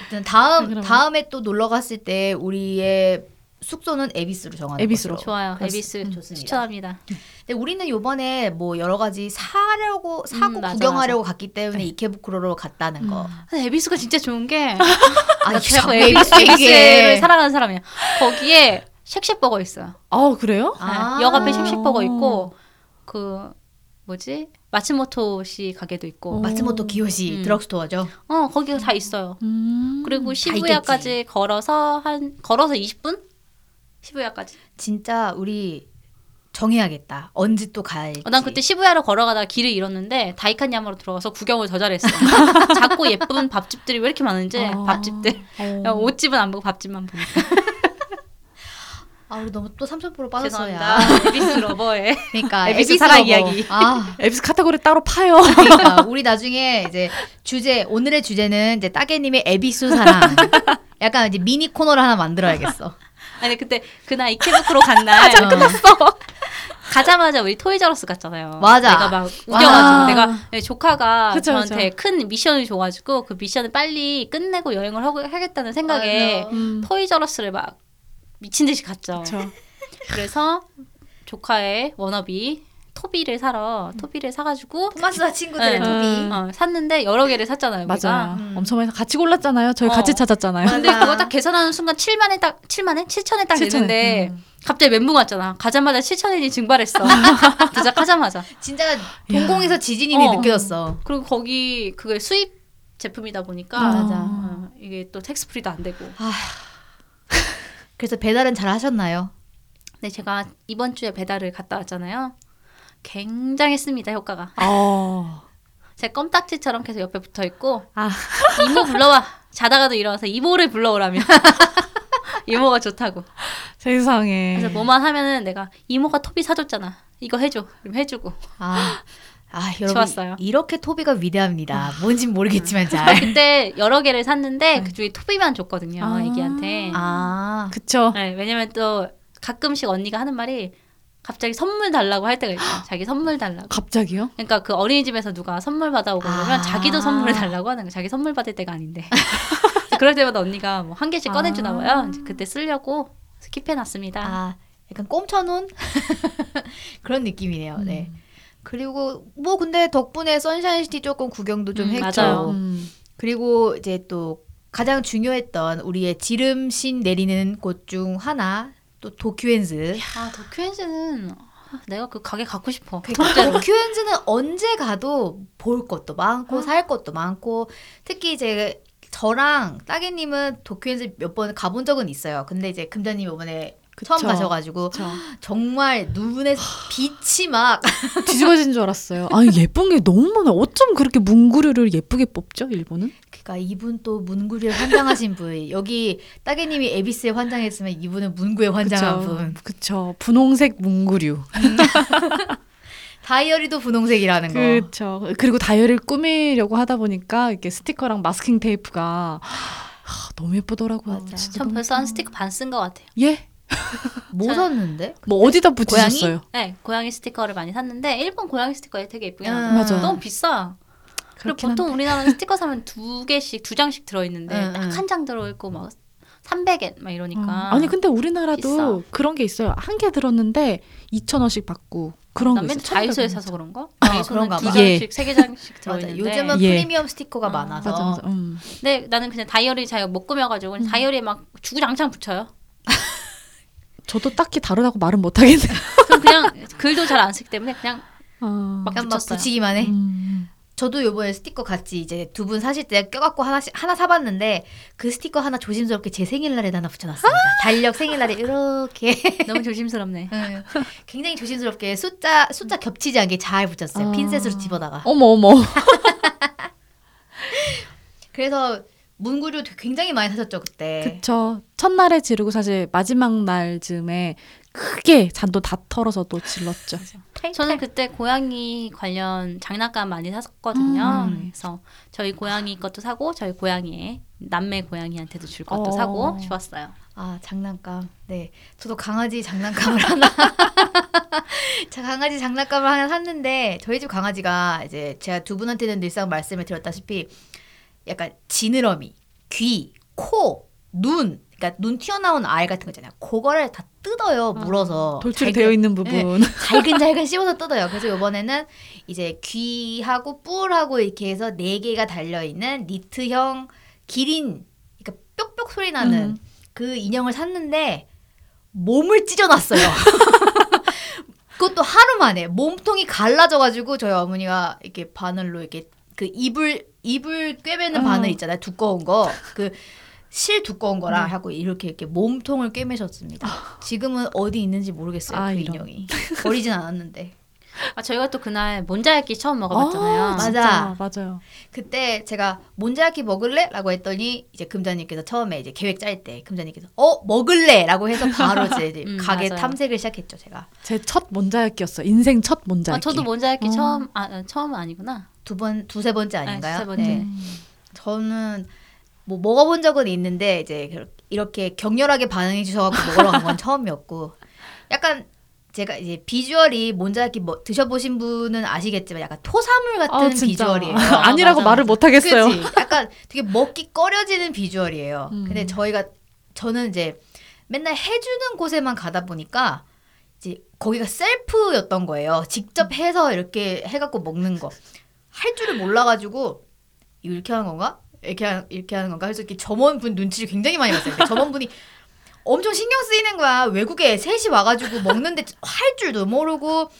Speaker 3: 아무튼
Speaker 1: 아,
Speaker 3: 다음
Speaker 1: 그러면?
Speaker 2: 네,
Speaker 3: 다음에 또 놀러 갔을 때 우리의 숙소는 에비스로 정하는
Speaker 1: 에비스로.
Speaker 3: 걸로.
Speaker 2: 좋아요.
Speaker 3: 그렇습니다.
Speaker 2: 에비스
Speaker 3: 음,
Speaker 4: 좋습니다.
Speaker 2: 추천합니다.
Speaker 3: 근데 우리는 요번에 뭐 여러 가지 사려고 사고
Speaker 2: 음, 맞아, 네.
Speaker 3: 구경하려고 갔기 때문에 이케부쿠로로 갔다는 거.
Speaker 2: 근데 에비스가 진짜 좋은 게
Speaker 3: 아,
Speaker 2: 나
Speaker 3: 이게 자꾸
Speaker 2: 자꾸
Speaker 3: 에비스
Speaker 2: 에비스
Speaker 3: 얘기해.
Speaker 2: 에비스를 사랑하는 사람이야. 거기에 쉑쉑버거 있어요.
Speaker 1: 아 그래요?
Speaker 3: 아.
Speaker 2: 네. 역 앞에 쉑쉑버거 있고 그 뭐지 마츠모토 씨 가게도
Speaker 1: 어.
Speaker 2: 있고
Speaker 3: 마츠모토 기요시
Speaker 2: 음.
Speaker 3: 드럭스토어죠.
Speaker 2: 어 거기가 다 있어요.
Speaker 1: 음.
Speaker 2: 그리고
Speaker 3: 있겠지.
Speaker 2: 시부야까지 걸어서 한 걸어서 20분? 시부야까지.
Speaker 3: 진짜 우리 정해야겠다. 언제 또 갈지.
Speaker 2: 어, 난 그때 시부야로 걸어가다가 길을 잃었는데 다이칸야마로 들어가서 구경을 더 잘했어. 작고 예쁜 밥집들이 왜 이렇게 많은지
Speaker 1: 어.
Speaker 2: 밥집들.
Speaker 1: 어.
Speaker 2: 옷집은 안 보고 밥집만 보고.
Speaker 3: 아, 우리 너무 또 삼천포로 빠졌어요.
Speaker 2: 죄송합니다. 에비스 러버에.
Speaker 3: 그러니까
Speaker 2: 네, 에비스
Speaker 3: 에비스
Speaker 2: 사랑
Speaker 3: 러버.
Speaker 2: 이야기.
Speaker 3: 아,
Speaker 1: 에비스 카테고리 따로 파요.
Speaker 3: 그러니까 우리 나중에 이제 주제 오늘의 주제는 이제 따개님의 에비스 사랑. 약간 이제 미니 코너를 하나 만들어야겠어.
Speaker 2: 아니 근데 그날 이케부쿠로 간 날.
Speaker 3: 잘
Speaker 2: 끝났어. 가자마자 우리 토이저러스 갔잖아요.
Speaker 3: 맞아.
Speaker 2: 내가 막 우겨가지고
Speaker 1: 와.
Speaker 2: 내가 내 조카가
Speaker 1: 그쵸,
Speaker 2: 저한테 큰 미션을 줘가지고 그 미션을 빨리 끝내고 여행을 하고 하겠다는 생각에
Speaker 3: 맞아.
Speaker 1: 음.
Speaker 2: 토이저러스를 막 미친 듯이 갔죠.
Speaker 1: 그렇죠.
Speaker 2: 그래서 조카의 워너비 토비를 사러 토비를 사가지고
Speaker 3: 토마스와
Speaker 2: 네.
Speaker 3: 친구들의 도비.
Speaker 2: 어, 샀는데 여러 개를 샀잖아요. 우리가.
Speaker 1: 맞아요.
Speaker 3: 음.
Speaker 1: 엄청 많이 사- 같이 골랐잖아요. 저희
Speaker 2: 어.
Speaker 1: 같이 찾았잖아요.
Speaker 3: 맞아.
Speaker 2: 근데 그거 딱 계산하는 순간 7만에 딱 7만에 7천에 음. 딱
Speaker 1: 7,000에.
Speaker 2: 되는데 갑자기 멘붕 왔잖아. 가자마자 7천엔이 증발했어. 도착하자마자.
Speaker 3: 진짜 동공에서 지진임이
Speaker 2: 어.
Speaker 3: 느껴졌어.
Speaker 2: 그리고 거기 그게 수입 제품이다 보니까
Speaker 1: 맞아.
Speaker 2: 어, 이게 또 텍스프리도 안 되고.
Speaker 3: 그래서 배달은 잘 하셨나요?
Speaker 2: 근데 제가 이번 주에 배달을 갔다 왔잖아요. 굉장했습니다 효과가.
Speaker 1: 어.
Speaker 2: 제 껌딱지처럼 계속 옆에 붙어 있고
Speaker 1: 아.
Speaker 2: 이모 불러와 자다가도 일어나서 이모를 불러오라며 이모가 좋다고.
Speaker 1: 세상에.
Speaker 2: 그래서 뭐만 하면은 내가 이모가 토비 사줬잖아. 이거 해줘. 그럼 해주고.
Speaker 3: 아, 아 여러분
Speaker 2: 좋았어요.
Speaker 3: 이렇게 토비가 위대합니다. 뭔진 모르겠지만
Speaker 2: 저
Speaker 3: 잘.
Speaker 2: 그때 여러 개를 샀는데 그중에 토비만 줬거든요
Speaker 1: 아.
Speaker 2: 애기한테.
Speaker 3: 아,
Speaker 1: 그쵸.
Speaker 2: 네, 왜냐면 또 가끔씩 언니가 하는 말이 갑자기 선물 달라고 할 때가 있어요. 자기 선물 달라고.
Speaker 1: 갑자기요?
Speaker 2: 그러니까 그 어린이집에서 누가 선물 받아오고
Speaker 3: 아.
Speaker 2: 그러면 자기도 선물을 달라고 하는 거예요. 자기 선물 받을 때가 아닌데. 그럴 때마다 언니가 뭐 한 개씩 꺼내주나 봐요. 이제 그때 쓰려고 스킵해놨습니다.
Speaker 3: 아, 약간 꼼쳐놓은 그런 느낌이네요.
Speaker 2: 아,
Speaker 3: 네.
Speaker 1: 음.
Speaker 3: 그리고 뭐 근데 덕분에 선샤인시티 조금 구경도 좀
Speaker 2: 음,
Speaker 3: 했죠.
Speaker 2: 맞아요.
Speaker 1: 음.
Speaker 3: 그리고 이제 또 가장 중요했던 우리의 지름신 내리는 곳 중 하나 또 도큐엔즈.
Speaker 2: 아, 도큐엔즈는 내가 그 가게 갖고 싶어. 진짜로.
Speaker 3: 그러니까 도큐엔즈는 언제 가도 볼 것도 많고 살 것도 많고 특히 이제 저랑 따개님은 도큐엔즈 몇 번 가본 적은 있어요. 근데 이제 금자님 이번에
Speaker 1: 그쵸.
Speaker 3: 처음 가셔가지고
Speaker 1: 그쵸.
Speaker 3: 정말 눈에 빛이 막
Speaker 1: 뒤집어진 줄 알았어요. 아 예쁜 게 너무 많아. 어쩜 그렇게 문구류를 예쁘게 뽑죠? 일본은?
Speaker 3: 그러니까 이분 또 문구리를 환장하신 분 여기 따개님이 에비스에 환장했으면 이분은 문구에 환장한
Speaker 1: 그쵸.
Speaker 3: 분
Speaker 1: 그쵸. 분홍색 문구류.
Speaker 3: 다이어리도 분홍색이라는 거
Speaker 1: 그쵸. 그리고 다이어리를 꾸미려고 하다 보니까 이렇게 스티커랑 마스킹 테이프가 하, 너무 예쁘더라고요.
Speaker 3: 맞아.
Speaker 1: 진짜
Speaker 2: 전
Speaker 1: 너무
Speaker 2: 벌써
Speaker 1: 예뻐요.
Speaker 2: 한 스티커 반 쓴 것 같아요.
Speaker 1: 예?
Speaker 3: 뭐 샀는데?
Speaker 1: 뭐 어디다 붙이셨어요?
Speaker 2: 네, 고양이 스티커를 많이 샀는데 일본 고양이 스티커에 되게 예쁘게
Speaker 3: 음.
Speaker 2: 나와요.
Speaker 1: 맞아.
Speaker 2: 너무 비싸. 그리고
Speaker 1: 그렇긴
Speaker 2: 보통
Speaker 1: 한데.
Speaker 2: 우리나라는 스티커 사면 두 개씩 두 장씩 들어있는데
Speaker 3: 응,
Speaker 2: 딱
Speaker 3: 응.
Speaker 2: 한 장 들어있고 막 300엔 막 이러니까
Speaker 1: 어. 아니 근데 우리나라도
Speaker 2: 비싸.
Speaker 1: 그런 게 있어요. 한 개 들었는데 2천 원씩 받고 그런 거
Speaker 2: 남면
Speaker 1: 있어요. 1,800 원.
Speaker 2: 자이소에 사서 그런가?
Speaker 3: 아,
Speaker 2: 자이소는
Speaker 3: 그런가
Speaker 2: 두
Speaker 3: 봐.
Speaker 1: 예.
Speaker 2: 장씩 세 개 장씩
Speaker 3: 맞아
Speaker 2: 들어있는데
Speaker 3: 요즘은
Speaker 1: 예.
Speaker 3: 프리미엄 스티커가
Speaker 2: 아,
Speaker 3: 많아서
Speaker 1: 맞아 맞아. 음.
Speaker 2: 근데 나는 그냥 다이어리 잘 못 꾸며가지고 그냥 다이어리에 막 주구장창 붙여요.
Speaker 1: 저도 딱히 다르다고 말은 못 하겠네.
Speaker 2: 그럼 그냥 글도 잘 안 쓰기 때문에 그냥
Speaker 1: 아.
Speaker 2: 막
Speaker 3: 그냥 막
Speaker 2: 붙였어요.
Speaker 3: 붙이기만 해
Speaker 1: 음.
Speaker 3: 저도 요번에 스티커 같이 이제 두 분 사실 때 껴갖고 하나씩 하나 사봤는데 그 스티커 하나 조심스럽게 제 생일날에 하나 붙여놨습니다
Speaker 1: 아!
Speaker 3: 달력 생일날에 이렇게
Speaker 2: 너무 조심스럽네.
Speaker 1: 음.
Speaker 3: 응. 굉장히 조심스럽게 숫자 숫자 겹치지 않게 잘 붙였어요
Speaker 1: 아.
Speaker 3: 핀셋으로 집어다가
Speaker 1: 어머 어머.
Speaker 3: 그래서 문구류 굉장히 많이 사셨죠 그때
Speaker 2: 네.
Speaker 1: 그쵸. 첫날에 지르고 사실 마지막 날 즈음에 크게 잔도 다 털어서 또 질렀죠.
Speaker 2: 저는 그때 고양이 관련 장난감 많이 샀었거든요.
Speaker 1: 음.
Speaker 2: 그래서 저희 고양이 것도 사고 저희 고양이의 남매 고양이한테도 줄 것도
Speaker 1: 어.
Speaker 2: 사고 좋았어요.
Speaker 3: 아 장난감. 네, 저도 강아지 장난감을 하나. 자 강아지 장난감을 하나 샀는데 저희 집 강아지가 이제 제가 두 분한테는 늘상 말씀을 드렸다시피 약간 지느러미, 귀, 코, 눈 그러니까 눈 튀어나온 알 같은 거 있잖아요. 그거를 다 뜯어요. 물어서
Speaker 1: 아, 돌출이 되어 있는 부분.
Speaker 3: 네. 잘근잘근 씹어서 뜯어요. 그래서 요번에는 이제 귀하고 뿔하고 이렇게 해서 네 개가 달려 있는 니트형 기린 그러니까 뾱뾱 소리 나는
Speaker 1: 음.
Speaker 3: 그 인형을 샀는데 몸을 찢어놨어요. 그것도 하루 만에 몸통이 갈라져가지고 저희 어머니가 이렇게 바늘로 이렇게 그 이불 이불 꿰매는
Speaker 1: 어.
Speaker 3: 바늘 있잖아요 두꺼운 거그 실 두꺼운 거랑
Speaker 1: 네.
Speaker 3: 하고 이렇게 이렇게 몸통을 꿰매셨습니다. 지금은 어디 있는지 모르겠어요
Speaker 1: 아,
Speaker 3: 그
Speaker 1: 이런.
Speaker 3: 인형이 버리진 않았는데
Speaker 2: 아, 저희가 또 그날 몬자야끼 처음 먹어봤잖아요.
Speaker 1: 아, 진짜, 맞아요.
Speaker 3: 그때 제가 몬자야키 먹을래?라고 했더니 이제 금자님께서 처음에 이제 계획 짤 때 금자님께서 어 먹을래라고 해서 바로 이제
Speaker 2: 음,
Speaker 3: 가게
Speaker 2: 맞아요.
Speaker 3: 탐색을 시작했죠 제가
Speaker 1: 제 첫 몬자였기였어요. 인생 첫 몬자였기.
Speaker 2: 아, 저도 몬자야끼
Speaker 1: 어.
Speaker 2: 처음 아, 아, 처음 아니구나.
Speaker 3: 두 번 두세 번째
Speaker 2: 네,
Speaker 3: 아닌가요?
Speaker 2: 두세 번째.
Speaker 3: 저는 뭐 먹어본 적은 있는데 이제 그렇- 이렇게 격렬하게 반응해 주셔갖고 먹으러 간 건 처음이었고 약간 제가 이제 비주얼이 몬자야키 뭐 드셔보신 분은 아시겠지만 약간 토사물 같은
Speaker 1: 아, 진짜.
Speaker 3: 비주얼이에요.
Speaker 1: 아니라고
Speaker 2: 맞아,
Speaker 1: 말을
Speaker 2: 맞아.
Speaker 1: 못 하겠어요.
Speaker 3: 그치? 약간 되게 먹기 꺼려지는 비주얼이에요.
Speaker 1: 음.
Speaker 3: 근데 저희가 저는 이제 맨날 해주는 곳에만 가다 보니까 이제 거기가 셀프였던 거예요. 직접 해서 이렇게 해갖고 먹는 거. 할 줄을 몰라가지고 이거 이렇게 하는 건가? 이렇게 하, 이렇게 하는 건가? 그래서 이렇게 점원분 눈치를 굉장히 많이 봤어요. 근데 점원분이 엄청 신경 쓰이는 거야. 외국에 셋이 와가지고 먹는데 할 줄도 모르고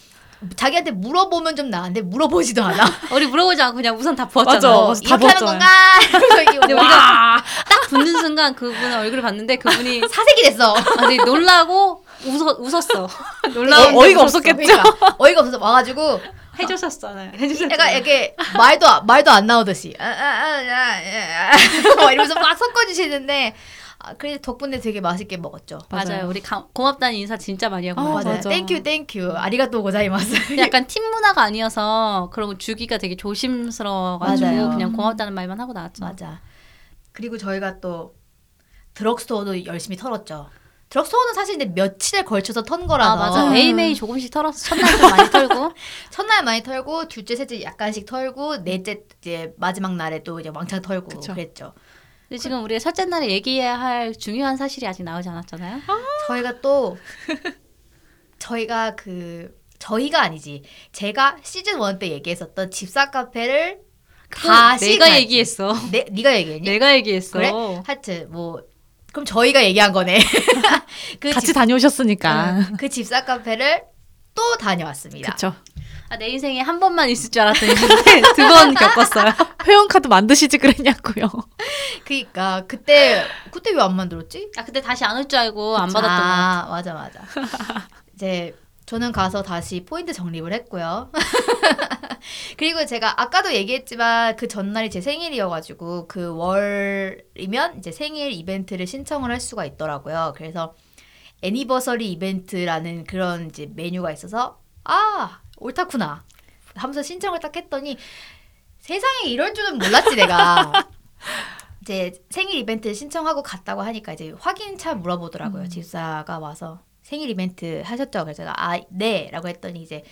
Speaker 3: 자기한테 물어보면 좀 나은데 물어보지도 않아.
Speaker 2: 우리 물어보지 않고 그냥 우선 다 부었잖아.
Speaker 1: 맞아.
Speaker 2: 요뭐
Speaker 1: 어,
Speaker 3: 이렇게
Speaker 1: 다
Speaker 3: 하는
Speaker 1: 벗잖아요.
Speaker 3: 건가? 그래서 이거
Speaker 2: 근데
Speaker 3: 와.
Speaker 2: 우리가 딱 붙는 순간 그분 얼굴을 봤는데 그분이
Speaker 3: 사색이 됐어.
Speaker 2: 아, 되게 놀라고 웃어, 웃었어.
Speaker 1: 어,
Speaker 2: 놀라고
Speaker 1: 어이가 없었겠죠?
Speaker 3: 그러니까, 어이가 없어서 와가지고
Speaker 2: 해주셨잖아요. 해주셨잖아요.
Speaker 3: 내가 이렇게 말도 안- 말도 안 나오듯이 아, 아, 아, 아, 아, 막 이러면서 막 섞어주시는데 아, 그래 덕분에 되게 맛있게 먹었죠.
Speaker 2: 맞아요.
Speaker 1: 맞아요.
Speaker 2: 우리 가- 고맙다는 인사 진짜 많이 하고
Speaker 1: 어,
Speaker 2: 왔어요.
Speaker 1: 맞아.
Speaker 3: 땡큐 땡큐 아리가또 고자이마스.
Speaker 2: 근데 약간 팀 문화가 아니어서 그런 거 주기가 되게 조심스러워가지고
Speaker 3: 맞아요.
Speaker 2: 그냥 고맙다는 말만 하고 나왔죠.
Speaker 3: 맞아. 그리고 저희가 또 드럭스토어도 열심히 털었죠. 드럭스토어는 사실 근데 며칠에 걸쳐서 턴 거라서
Speaker 2: 아 맞아.
Speaker 1: 음.
Speaker 2: 매일매일 조금씩 털어서 첫날 좀 많이 털고
Speaker 3: 첫날 많이 털고 둘째 셋째 약간씩 털고 넷째 이제 마지막 날에 또 이제 왕창 털고
Speaker 1: 그쵸.
Speaker 3: 그랬죠.
Speaker 2: 근데 지금 우리가 첫째 날에 얘기해야 할 중요한 사실이 아직 나오지 않았잖아요.
Speaker 3: 저희가 또 저희가 그 저희가 아니지 제가 시즌 1 때 얘기했었던 집사 카페를
Speaker 2: 그건
Speaker 3: 다시
Speaker 2: 내가
Speaker 3: 가지.
Speaker 2: 얘기했어.
Speaker 3: 네, 네가 얘기했니?
Speaker 2: 내가 얘기했어.
Speaker 3: 그래? 하여튼 뭐 그럼 저희가 얘기한 거네. 그
Speaker 1: 같이 다녀오셨으니까.
Speaker 3: 응, 그 집사 카페를 또 다녀왔습니다.
Speaker 1: 그쵸.
Speaker 2: 아, 내 인생에 한 번만 있을 줄 알았더니 두 번 겪었어요.
Speaker 1: 회원카드 만드시지 그랬냐고요.
Speaker 3: 그러니까 그때 그때 왜 안 만들었지?
Speaker 2: 아 근데 다시 안 올 줄 알고 안 받았던 거.
Speaker 3: 아, 맞아 맞아. 이제 저는 가서 다시 포인트 정립을 했고요. 그리고 제가 아까도 얘기했지만 그 전날이 제 생일이어가지고 그 월이면 이제 생일 이벤트를 신청을 할 수가 있더라고요. 그래서 애니버서리 이벤트라는 그런 이제 메뉴가 있어서 아 옳다구나 하면서 신청을 딱 했더니 세상에 이럴 줄은 몰랐지 내가. 이제 생일 이벤트 신청하고 갔다고 하니까 이제 확인차
Speaker 1: 음.
Speaker 3: 물어보더라고요. 집사가 와서 생일 이벤트 하셨죠? 그래서 제가 아 네라고 했더니 이제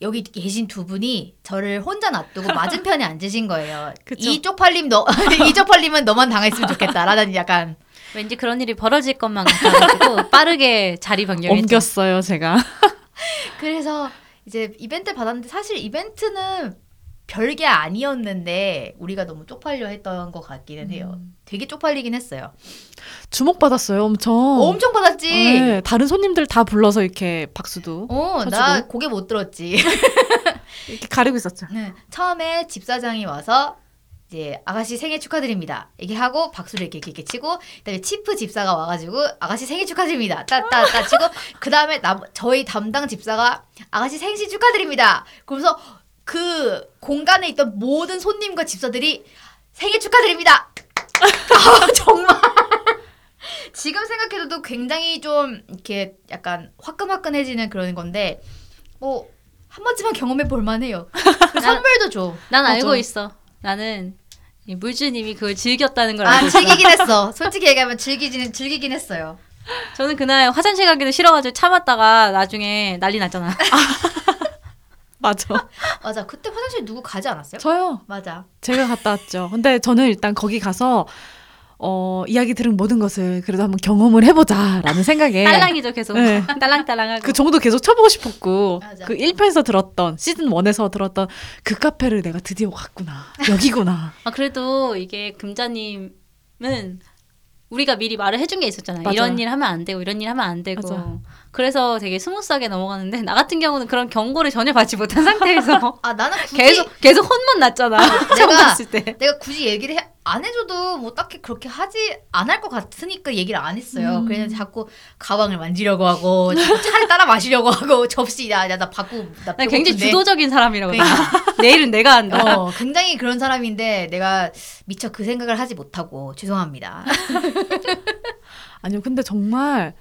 Speaker 3: 여기 계신 두 분이 저를 혼자 놔두고 맞은편에 앉으신 거예요.
Speaker 1: 그쵸.
Speaker 3: 이 쪽팔림 너 이 쪽팔림은 너만 당했으면 좋겠다라는 약간
Speaker 2: 왠지 그런 일이 벌어질 것만 같아가지고 빠르게 자리 변경했죠.
Speaker 1: 옮겼어요, 제가.
Speaker 3: 그래서 이제 이벤트 받았는데 사실 이벤트는 별게 아니었는데 우리가 너무 쪽팔려 했던 것 같기는 해요.
Speaker 1: 음.
Speaker 3: 되게 쪽팔리긴 했어요.
Speaker 1: 주목받았어요, 엄청.
Speaker 3: 엄청 받았지.
Speaker 1: 네, 다른 손님들 다 불러서 이렇게 박수도
Speaker 3: 어, 나
Speaker 1: 쳐주고.
Speaker 3: 고개 못 들었지.
Speaker 1: 이렇게 가리고 있었죠.
Speaker 3: 네, 처음에 집사장이 와서 이제 아가씨 생일 축하드립니다. 이렇게 하고 박수를 이렇게 이렇게, 이렇게 치고 그다음에 치프 집사가 와가지고 아가씨 생일 축하드립니다. 따따따 치고 그다음에 남, 저희 담당 집사가 아가씨 생신 축하드립니다. 그러면서 그 공간에 있던 모든 손님과 집사들이 생일 축하드립니다. 아, 정말. 지금 생각해도 굉장히 좀 이렇게 약간 화끈화끈해지는 그런 건데 뭐 한 번쯤만 경험해 볼 만해요. 그
Speaker 2: 아.
Speaker 3: 선물도 줘.
Speaker 2: 난 알고
Speaker 1: 맞아.
Speaker 2: 있어. 나는 이 물주님이 그걸 즐겼다는 걸 알고
Speaker 3: 아
Speaker 2: 있어.
Speaker 3: 즐기긴 했어. 솔직히 얘기하면 즐기긴 즐기긴 했어요.
Speaker 2: 저는 그날 화장실 가기도 싫어가지고 참았다가 나중에 난리 났잖아.
Speaker 1: 맞아.
Speaker 3: 맞아. 그때 화장실 누구 가지 않았어요?
Speaker 1: 저요.
Speaker 3: 맞아.
Speaker 1: 제가 갔다 왔죠. 근데 저는 일단 거기 가서 어, 이야기 들은 모든 것을 그래도 한번 경험을 해보자라는
Speaker 2: 예.
Speaker 1: 생각에
Speaker 2: 딸랑이죠 계속
Speaker 1: 네.
Speaker 2: 딸랑딸랑하고
Speaker 1: 그 정도 계속 쳐보고 싶었고
Speaker 3: 맞아.
Speaker 1: 그 1편에서 들었던 시즌 1에서 들었던 그 카페를 내가 드디어 갔구나 여기구나
Speaker 2: 아, 그래도 이게 금자님은 우리가 미리 말을 해준 게 있었잖아요.
Speaker 1: 맞아요.
Speaker 2: 이런 일 하면 안 되고 이런 일 하면 안 되고.
Speaker 1: 맞아.
Speaker 2: 그래서 되게 스무스하게 넘어가는데 나 같은 경우는 그런 경고를 전혀 받지 못한 상태에서
Speaker 3: 아 나는 굳이
Speaker 2: 계속 계속 혼만 났잖아. 처음
Speaker 3: 내가-
Speaker 2: 봤을 때.
Speaker 3: 내가 굳이 얘기를 해, 안 해줘도 뭐 딱히 그렇게 하지 안 할 것 같으니까 얘기를 안 했어요.
Speaker 1: 음.
Speaker 3: 그래서 자꾸 가방을 만지려고 하고 자꾸 차를 따라 마시려고 하고 접시 나나 나 바꾸 나
Speaker 2: 난 굉장히
Speaker 3: 배고픈데. 그러니까
Speaker 2: 주도적인 사람이라고. 생각해. 내일은 내가 한다.
Speaker 3: 어, 굉장히 그런 사람인데 내가 미처 그 생각을 하지 못하고 죄송합니다.
Speaker 1: 아니요 근데 정말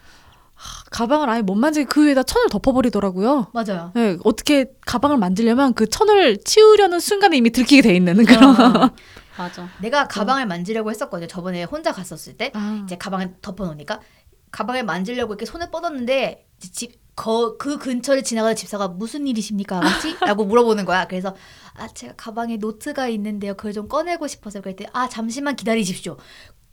Speaker 1: 하, 가방을 아예 못 만지게 그 위에다 천을 덮어버리더라고요
Speaker 3: 맞아요.
Speaker 1: 네, 어떻게 가방을 만지려면 그 천을 치우려는 순간에 이미 들키게 돼 있는 그런
Speaker 2: 맞아.
Speaker 3: 어, 내가
Speaker 2: 음.
Speaker 3: 가방을 만지려고 했었거든요. 저번에 혼자 갔었을 때
Speaker 1: 아.
Speaker 3: 이제 가방을 덮어놓으니까 가방을 만지려고 이렇게 손을 뻗었는데 이제 집. 거, 그 근처를 지나가는 집사가 무슨 일이십니까 아버지? 라고 물어보는 거야. 그래서 아 제가 가방에 노트가 있는데요. 그걸 좀 꺼내고 싶어서 그랬더니 아 잠시만 기다리십시오.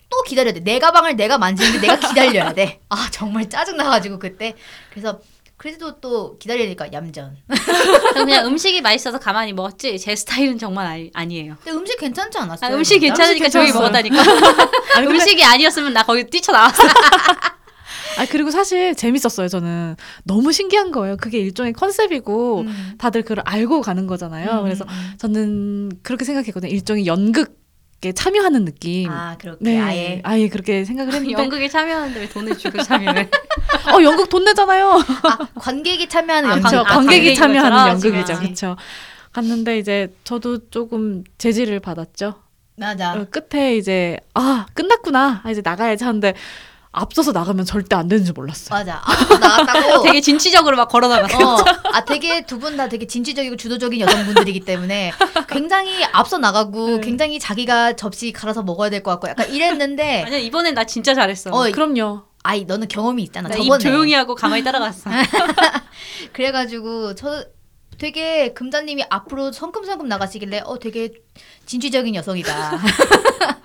Speaker 3: 또 기다려야 돼. 내 가방을 내가 만지는데 내가 기다려야 돼. 아 정말 짜증나가지고 그때 그래서 그래도 또 기다리니까 얌전.
Speaker 2: 전 그냥 음식이 맛있어서 가만히 먹었지. 제 스타일은 정말 아니, 아니에요.
Speaker 3: 근데 음식 괜찮지
Speaker 2: 아,
Speaker 3: 않았어요?
Speaker 2: 음식
Speaker 3: 진짜?
Speaker 2: 괜찮으니까 저기
Speaker 1: 괜찮았어요.
Speaker 2: 먹었다니까.
Speaker 1: 아니, 근데-
Speaker 2: 음식이 아니었으면 나 거기 뛰쳐나왔어.
Speaker 1: 아 그리고 사실 재밌었어요 저는 너무 신기한 거예요 그게 일종의 컨셉이고
Speaker 3: 음.
Speaker 1: 다들 그걸 알고 가는 거잖아요
Speaker 3: 음,
Speaker 1: 그래서
Speaker 3: 음.
Speaker 1: 저는 그렇게 생각했거든요 일종의 연극에 참여하는 느낌
Speaker 3: 아 그렇게
Speaker 1: 네
Speaker 3: 아예
Speaker 1: 아예. 그렇게 생각을 했는데
Speaker 2: 연극에 참여하는데 왜 돈을 주고 참여해?
Speaker 1: 어 연극 돈 내잖아요
Speaker 3: 아 관객이 참여하는
Speaker 2: 아,
Speaker 3: 연극.
Speaker 1: 그렇죠.
Speaker 2: 관-
Speaker 1: 관객이
Speaker 2: 관객이
Speaker 1: 참여하는
Speaker 2: 것처럼
Speaker 1: 연극이죠.
Speaker 3: 지금.
Speaker 1: 그렇죠. 갔는데 이제 저도 조금 제지를 받았죠.
Speaker 3: 맞아.
Speaker 1: 어, 끝에 이제 아 끝났구나. 아, 이제 나가야지 하는데 앞서서 나가면 절대 안 되는 줄 몰랐어요.
Speaker 3: 맞아. 앞으로 나왔다고.
Speaker 2: 되게 진취적으로 막 걸어나가.
Speaker 3: 어, 아 되게 두 분 다 되게 진취적이고 주도적인 여성분들이기 때문에 굉장히 앞서 나가고
Speaker 1: 네.
Speaker 3: 굉장히 자기가 접시 갈아서 먹어야 될 것 같고 약간 이랬는데
Speaker 2: 아니야 이번엔 나 진짜 잘했어.
Speaker 3: 네. 어,
Speaker 1: 그럼요.
Speaker 3: 아이 너는 경험이 있잖아.
Speaker 2: 나
Speaker 3: 저번에 아.
Speaker 2: 입 네, 조용히 하고 가만히 따라갔어.
Speaker 3: 그래가지고 저 되게 금자님이 앞으로 성큼성큼 나가시길래 어 되게 진취적인 여성이다.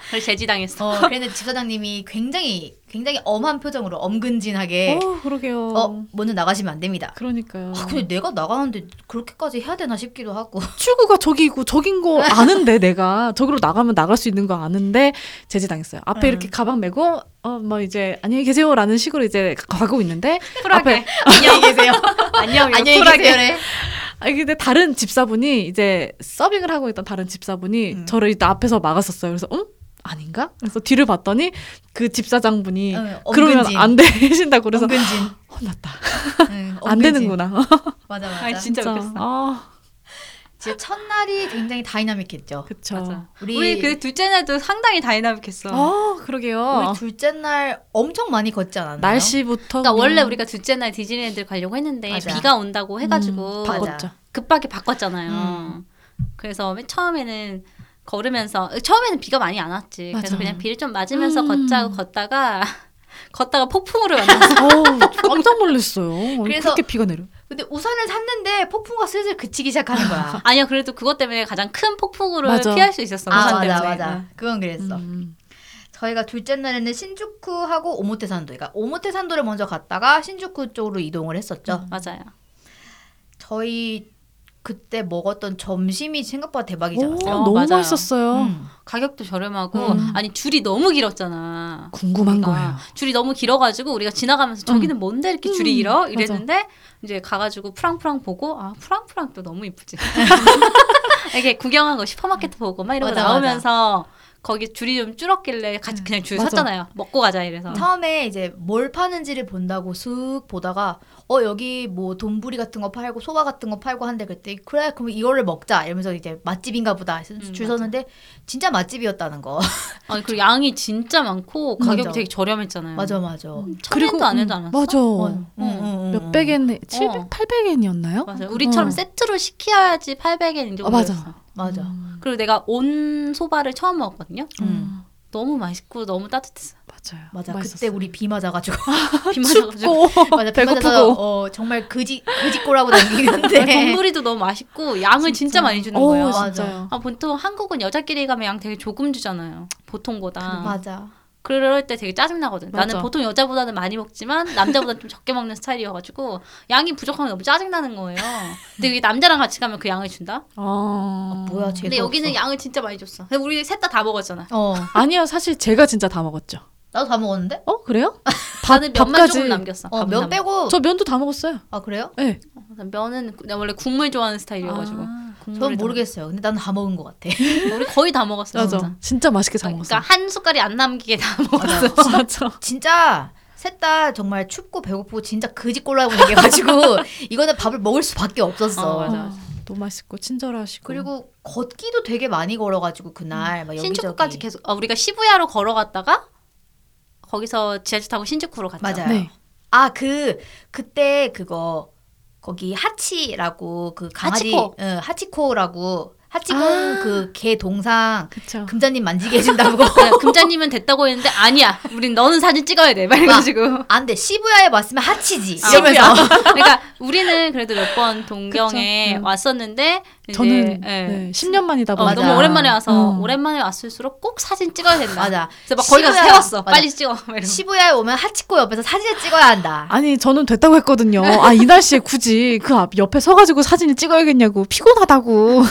Speaker 2: 그걸 제지당했어.
Speaker 3: 어 그랬는데 집사장님이 굉장히 굉장히 엄한 표정으로 엄근진하게
Speaker 1: 어 그러게요.
Speaker 3: 예. 어 먼저 나가시면 안 됩니다.
Speaker 1: 그러니까요.
Speaker 3: 아
Speaker 2: 음.
Speaker 3: 근데 내가 나가는데 그렇게까지 해야 되나 싶기도 하고.
Speaker 1: 출구가 저기고 저긴 거 아는데 내가 저기로 나가면 나갈 수 있는 거 아는데 제지당했어요. 앞에
Speaker 3: 음.
Speaker 1: 이렇게 가방 메고 어 뭐 이제 안녕히 계세요라는 식으로 이제 가고 있는데
Speaker 2: 쿨하게.
Speaker 3: 안녕히 계세요.
Speaker 2: 안녕. 이러고
Speaker 3: 안녕히
Speaker 2: 쿨하게.
Speaker 3: 계세요.
Speaker 1: 아 근데 다른 집사분이 이제 서빙을 하고 있던 다른 집사분이
Speaker 3: 음.
Speaker 1: 저를 일단 앞에서 막았었어요. 그래서 응? 아닌가? 그래서 뒤를 봤더니 그 집사장분이
Speaker 3: 어,
Speaker 1: 그러면
Speaker 3: 엄근진.
Speaker 1: 안 되신다고 그래서 어,
Speaker 3: 엄근진.
Speaker 1: 혼났다.
Speaker 3: 응,
Speaker 1: 안
Speaker 3: 엄근진.
Speaker 1: 되는구나.
Speaker 3: 맞아 맞아.
Speaker 2: 아니, 진짜 웃겼어.
Speaker 1: 아,
Speaker 3: 진짜 첫날이 굉장히 다이나믹했죠.
Speaker 1: 그쵸.
Speaker 2: 맞아.
Speaker 3: 어, 우리,
Speaker 2: 우리, 그 둘째 날도 상당히 다이나믹했어.
Speaker 1: 아 그러게요.
Speaker 3: 우리 둘째 날 엄청 많이 걷지 않았나요?
Speaker 1: 날씨부터
Speaker 2: 그러니까 원래
Speaker 1: 그냥
Speaker 2: 우리가 둘째 날 디즈니랜드 가려고 했는데
Speaker 3: 음. 맞아.
Speaker 2: 비가 온다고 해가지고
Speaker 1: 음,
Speaker 3: 바꿔-
Speaker 1: 바꿨죠.
Speaker 2: 급하게 바꿨잖아요.
Speaker 3: 음.
Speaker 2: 그래서 맨 처음에는 걸으면서 처음에는 비가 많이 안 왔지.
Speaker 1: 맞아.
Speaker 2: 그래서 그냥 비를 좀 맞으면서
Speaker 1: 음.
Speaker 2: 걷자고 걷다가 걷다가 폭풍으로 만났어.
Speaker 1: 어우 깜짝 놀랐어요.
Speaker 3: 그래서-
Speaker 1: 그렇게 비가 내려.
Speaker 3: 근데 우산을 샀는데 폭풍과 슬슬 그치기 시작하는 거야.
Speaker 2: 아니야 그래도 그것 때문에 가장 큰 폭풍우를
Speaker 1: 맞아.
Speaker 2: 피할 수 있었어.
Speaker 3: 아
Speaker 2: 우산
Speaker 3: 맞아
Speaker 2: 때문에.
Speaker 3: 맞아. 그건 그랬어.
Speaker 1: 음.
Speaker 3: 저희가 둘째 날에는 신주쿠하고 오모테산도, 그러니까 오모테산도를 먼저 갔다가 신주쿠 쪽으로 이동을 했었죠.
Speaker 2: 맞아요.
Speaker 3: 저희 그때 먹었던 점심이 생각보다 대박이지
Speaker 1: 오,
Speaker 3: 않았어요?
Speaker 2: 어,
Speaker 1: 너무
Speaker 2: 맞아요.
Speaker 1: 맛있었어요.
Speaker 3: 음.
Speaker 2: 가격도 저렴하고
Speaker 1: 음.
Speaker 2: 아니 줄이 너무 길었잖아.
Speaker 1: 궁금한
Speaker 2: 우리가.
Speaker 1: 거예요.
Speaker 2: 줄이 너무 길어가지고 우리가 지나가면서 저기는 뭔데 이렇게 줄이
Speaker 1: 음,
Speaker 2: 길어 이랬는데 이제 가가지고 프랑프랑 보고 아 프랑프랑 또 너무 이쁘지. 이렇게 구경하고 슈퍼마켓
Speaker 1: 음.
Speaker 2: 보고 막 이러고
Speaker 3: 맞아,
Speaker 2: 나오면서 거기 줄이 좀 줄었길래 같이 그냥 줄
Speaker 1: 음. 맞아.
Speaker 2: 섰잖아요. 먹고 가자 이래서.
Speaker 3: 처음에 이제 뭘 파는지를 본다고 쓱 보다가 어 여기 뭐 돈부리 같은 거 팔고 소바 같은 거 팔고 한데 그때 그래 그럼 이거를 먹자 이러면서 이제 맛집인가 보다 해서
Speaker 2: 음,
Speaker 3: 줄
Speaker 2: 맞아.
Speaker 3: 섰는데 진짜 맛집이었다는 거
Speaker 2: 아니 그리고 양이 진짜 많고 가격이
Speaker 3: 맞아.
Speaker 2: 되게 저렴했잖아요.
Speaker 3: 맞아 맞아 음,
Speaker 2: 천엔도 안 해도
Speaker 1: 음,
Speaker 2: 않았어.
Speaker 1: 맞아. 몇백
Speaker 3: 엔
Speaker 1: 엔, 700, 800엔이었나요?
Speaker 2: 음. 어. 맞아요. 우리처럼
Speaker 1: 어.
Speaker 2: 세트로 시켜야지 800엔 정도.
Speaker 1: 어, 맞아.
Speaker 2: 였어
Speaker 3: 맞아
Speaker 1: 음.
Speaker 2: 그리고 내가 온 소바를 처음 먹었거든요.
Speaker 3: 음.
Speaker 2: 너무 맛있고 너무 따뜻했어.
Speaker 1: 맞아요.
Speaker 3: 맞아
Speaker 1: 맛있었어요.
Speaker 3: 그때 우리 비 맞아가지고
Speaker 2: 비 맞아가지고.
Speaker 1: 춥고
Speaker 3: 맞아 비
Speaker 1: 배고프고.
Speaker 3: 맞아서 어, 정말 그지 그지꼬라고 다니는데
Speaker 2: 네. 동물이도 너무 맛있고 양을 진짜, 많이 주는
Speaker 1: 어우,
Speaker 2: 거예요.
Speaker 3: 네. 맞아.
Speaker 1: 진짜요.
Speaker 2: 아, 보통 한국은 여자끼리 가면 양 되게 조금 주잖아요. 보통보다.
Speaker 3: 맞아
Speaker 2: 그럴 때 되게 짜증나거든.
Speaker 1: 맞아.
Speaker 2: 나는 보통 여자보다는 많이 먹지만 남자보다는 좀 적게 먹는 스타일이어가지고 양이 부족하면 너무 짜증나는 거예요. 근데 이게 남자랑 같이 가면 그 양을 준다? 아,
Speaker 1: 어...
Speaker 3: 아, 뭐야, 쟤.
Speaker 2: 근데
Speaker 3: 재도
Speaker 2: 여기는
Speaker 3: 없어.
Speaker 2: 양을 진짜 많이 줬어. 근데 우리 셋 다 다 먹었잖아.
Speaker 3: 어,
Speaker 1: 아니요, 사실 제가 진짜 다 먹었죠.
Speaker 3: 나도 다 먹었는데?
Speaker 1: 어 그래요? 밥
Speaker 2: 나는 면만
Speaker 1: 밥까지.
Speaker 2: 조금 남겼어.
Speaker 3: 어,
Speaker 2: 아, 밥은
Speaker 3: 면
Speaker 2: 남-
Speaker 3: 빼고.
Speaker 1: 저 면도 다 먹었어요.
Speaker 3: 아, 그래요?
Speaker 1: 네.
Speaker 2: 난 면은 내가 원래 국물 좋아하는 스타일이어가지고
Speaker 1: 아,
Speaker 3: 전
Speaker 2: 국물을 다
Speaker 3: 모르겠어요. 근데 난 다 먹은 것 같아.
Speaker 2: 먹- 우리 거의 다 먹었어
Speaker 1: 맞아.
Speaker 2: 진짜.
Speaker 1: 진짜 맛있게 잘
Speaker 2: 그러니까
Speaker 1: 먹었어요.
Speaker 2: 한 숟갈이 안 남기게 다 먹었어.
Speaker 1: 맞아.
Speaker 3: 진짜 셋 다 정말 춥고 배고프고 진짜 그지꼴라고 얘기해가지고 이거는 밥을 먹을 수밖에 없었어.
Speaker 2: 어, 맞아.
Speaker 1: 너무 맛있고 친절하시고.
Speaker 3: 그리고 걷기도 되게 많이 걸어가지고 그날 막
Speaker 2: 신축구까지
Speaker 3: 여기저기.
Speaker 2: 계속 아, 우리가 시부야로 걸어갔다가 거기서 지하철 타고 신축구로 갔죠.
Speaker 3: 맞아요.
Speaker 1: 네.
Speaker 3: 아, 그, 그때 그거, 거기 하치라고 그 강아지.
Speaker 2: 하치코.
Speaker 3: 응, 하치코라고. 하치공
Speaker 1: 아.
Speaker 3: 그개 동상
Speaker 2: 어.
Speaker 1: 그쵸.
Speaker 3: 금자님 만지게 해준다고.
Speaker 2: 야, 그러니까 금자님은 됐다고 했는데 아니야. 우린 너는 사진 찍어야 돼. 말해가지고.
Speaker 3: 안 돼. 아, 시부야에 왔으면 하치지.
Speaker 2: 아,
Speaker 3: 이러면서.
Speaker 2: 그러니까 우리는 그래도 몇 번 동경에
Speaker 1: 그쵸. 음.
Speaker 2: 왔었는데 이제,
Speaker 1: 저는
Speaker 2: 예.
Speaker 1: 네, 10년 만이다
Speaker 2: 어,
Speaker 1: 보니까
Speaker 2: 너무 오랜만에 와서
Speaker 1: 어.
Speaker 2: 오랜만에 왔을수록 꼭 사진 찍어야 된다.
Speaker 3: 맞아.
Speaker 2: 그래서 막 거기 가서
Speaker 3: 시부야.
Speaker 2: 세웠어.
Speaker 3: 맞아.
Speaker 2: 빨리 찍어. 막 이러고.
Speaker 3: 시부야에 오면 하치코 옆에서 사진을 찍어야 한다.
Speaker 1: 아니 저는 됐다고 했거든요. 아 이 날씨에 굳이 그 앞 옆에 서가지고 사진을 찍어야겠냐고 피곤하다고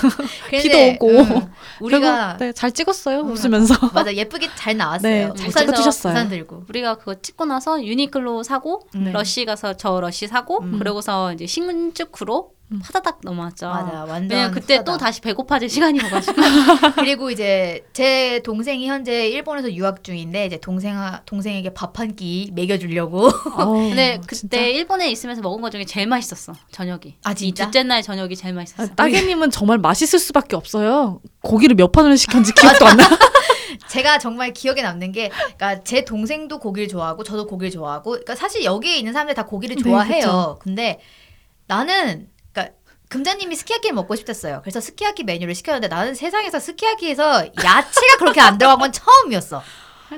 Speaker 3: 근데,
Speaker 1: 비도 오고.
Speaker 3: 우리가
Speaker 1: 결국, 네, 잘 찍었어요 웃으면서
Speaker 3: 맞아 예쁘게 잘
Speaker 1: 네,
Speaker 3: 나왔어요.
Speaker 1: 잘
Speaker 2: 우산에서
Speaker 1: 찍어주셨어요.
Speaker 3: 부산 들고.
Speaker 2: 우리가 그거 찍고 나서 유니클로 사고
Speaker 3: 네.
Speaker 2: 러쉬 가서 저 러쉬 사고
Speaker 3: 음.
Speaker 2: 그러고서 이제 식문축구로
Speaker 1: 음.
Speaker 2: 파다닥 넘어왔죠.
Speaker 3: 맞아 완전.
Speaker 2: 왜냐면 그때
Speaker 3: 후다다.
Speaker 2: 또 다시 배고파질 시간이 와가지고
Speaker 3: 그리고 이제 제 동생이 현재 일본에서 유학 중인데 이제 동생 동생에게 밥 한 끼 먹여주려고.
Speaker 1: 어,
Speaker 3: 네,
Speaker 2: 근데 그때
Speaker 1: 진짜.
Speaker 2: 일본에 있으면서 먹은 것 중에 제일 맛있었어 저녁이
Speaker 3: 아,
Speaker 2: 이
Speaker 3: 진짜?
Speaker 2: 둘째 날 저녁이 제일
Speaker 1: 아,
Speaker 2: 맛있었어
Speaker 1: 따개님은 정말 맛있을 수밖에 없어요. 고기를 몇 판을 시켰는지 기억도 안 나.
Speaker 3: 제가 정말 기억에 남는 게, 그러니까 제 동생도 고기를 좋아하고 저도 고기를 좋아하고, 그러니까 사실 여기에 있는 사람들 다 고기를
Speaker 1: 네,
Speaker 3: 좋아해요.
Speaker 1: 그쵸.
Speaker 3: 근데 나는, 그러니까 금자님이 스키야키를 먹고 싶댔어요. 그래서 스키야키 메뉴를 시켰는데 나는 세상에서 스키야키에서 야채가 그렇게 안 들어간 건 처음이었어.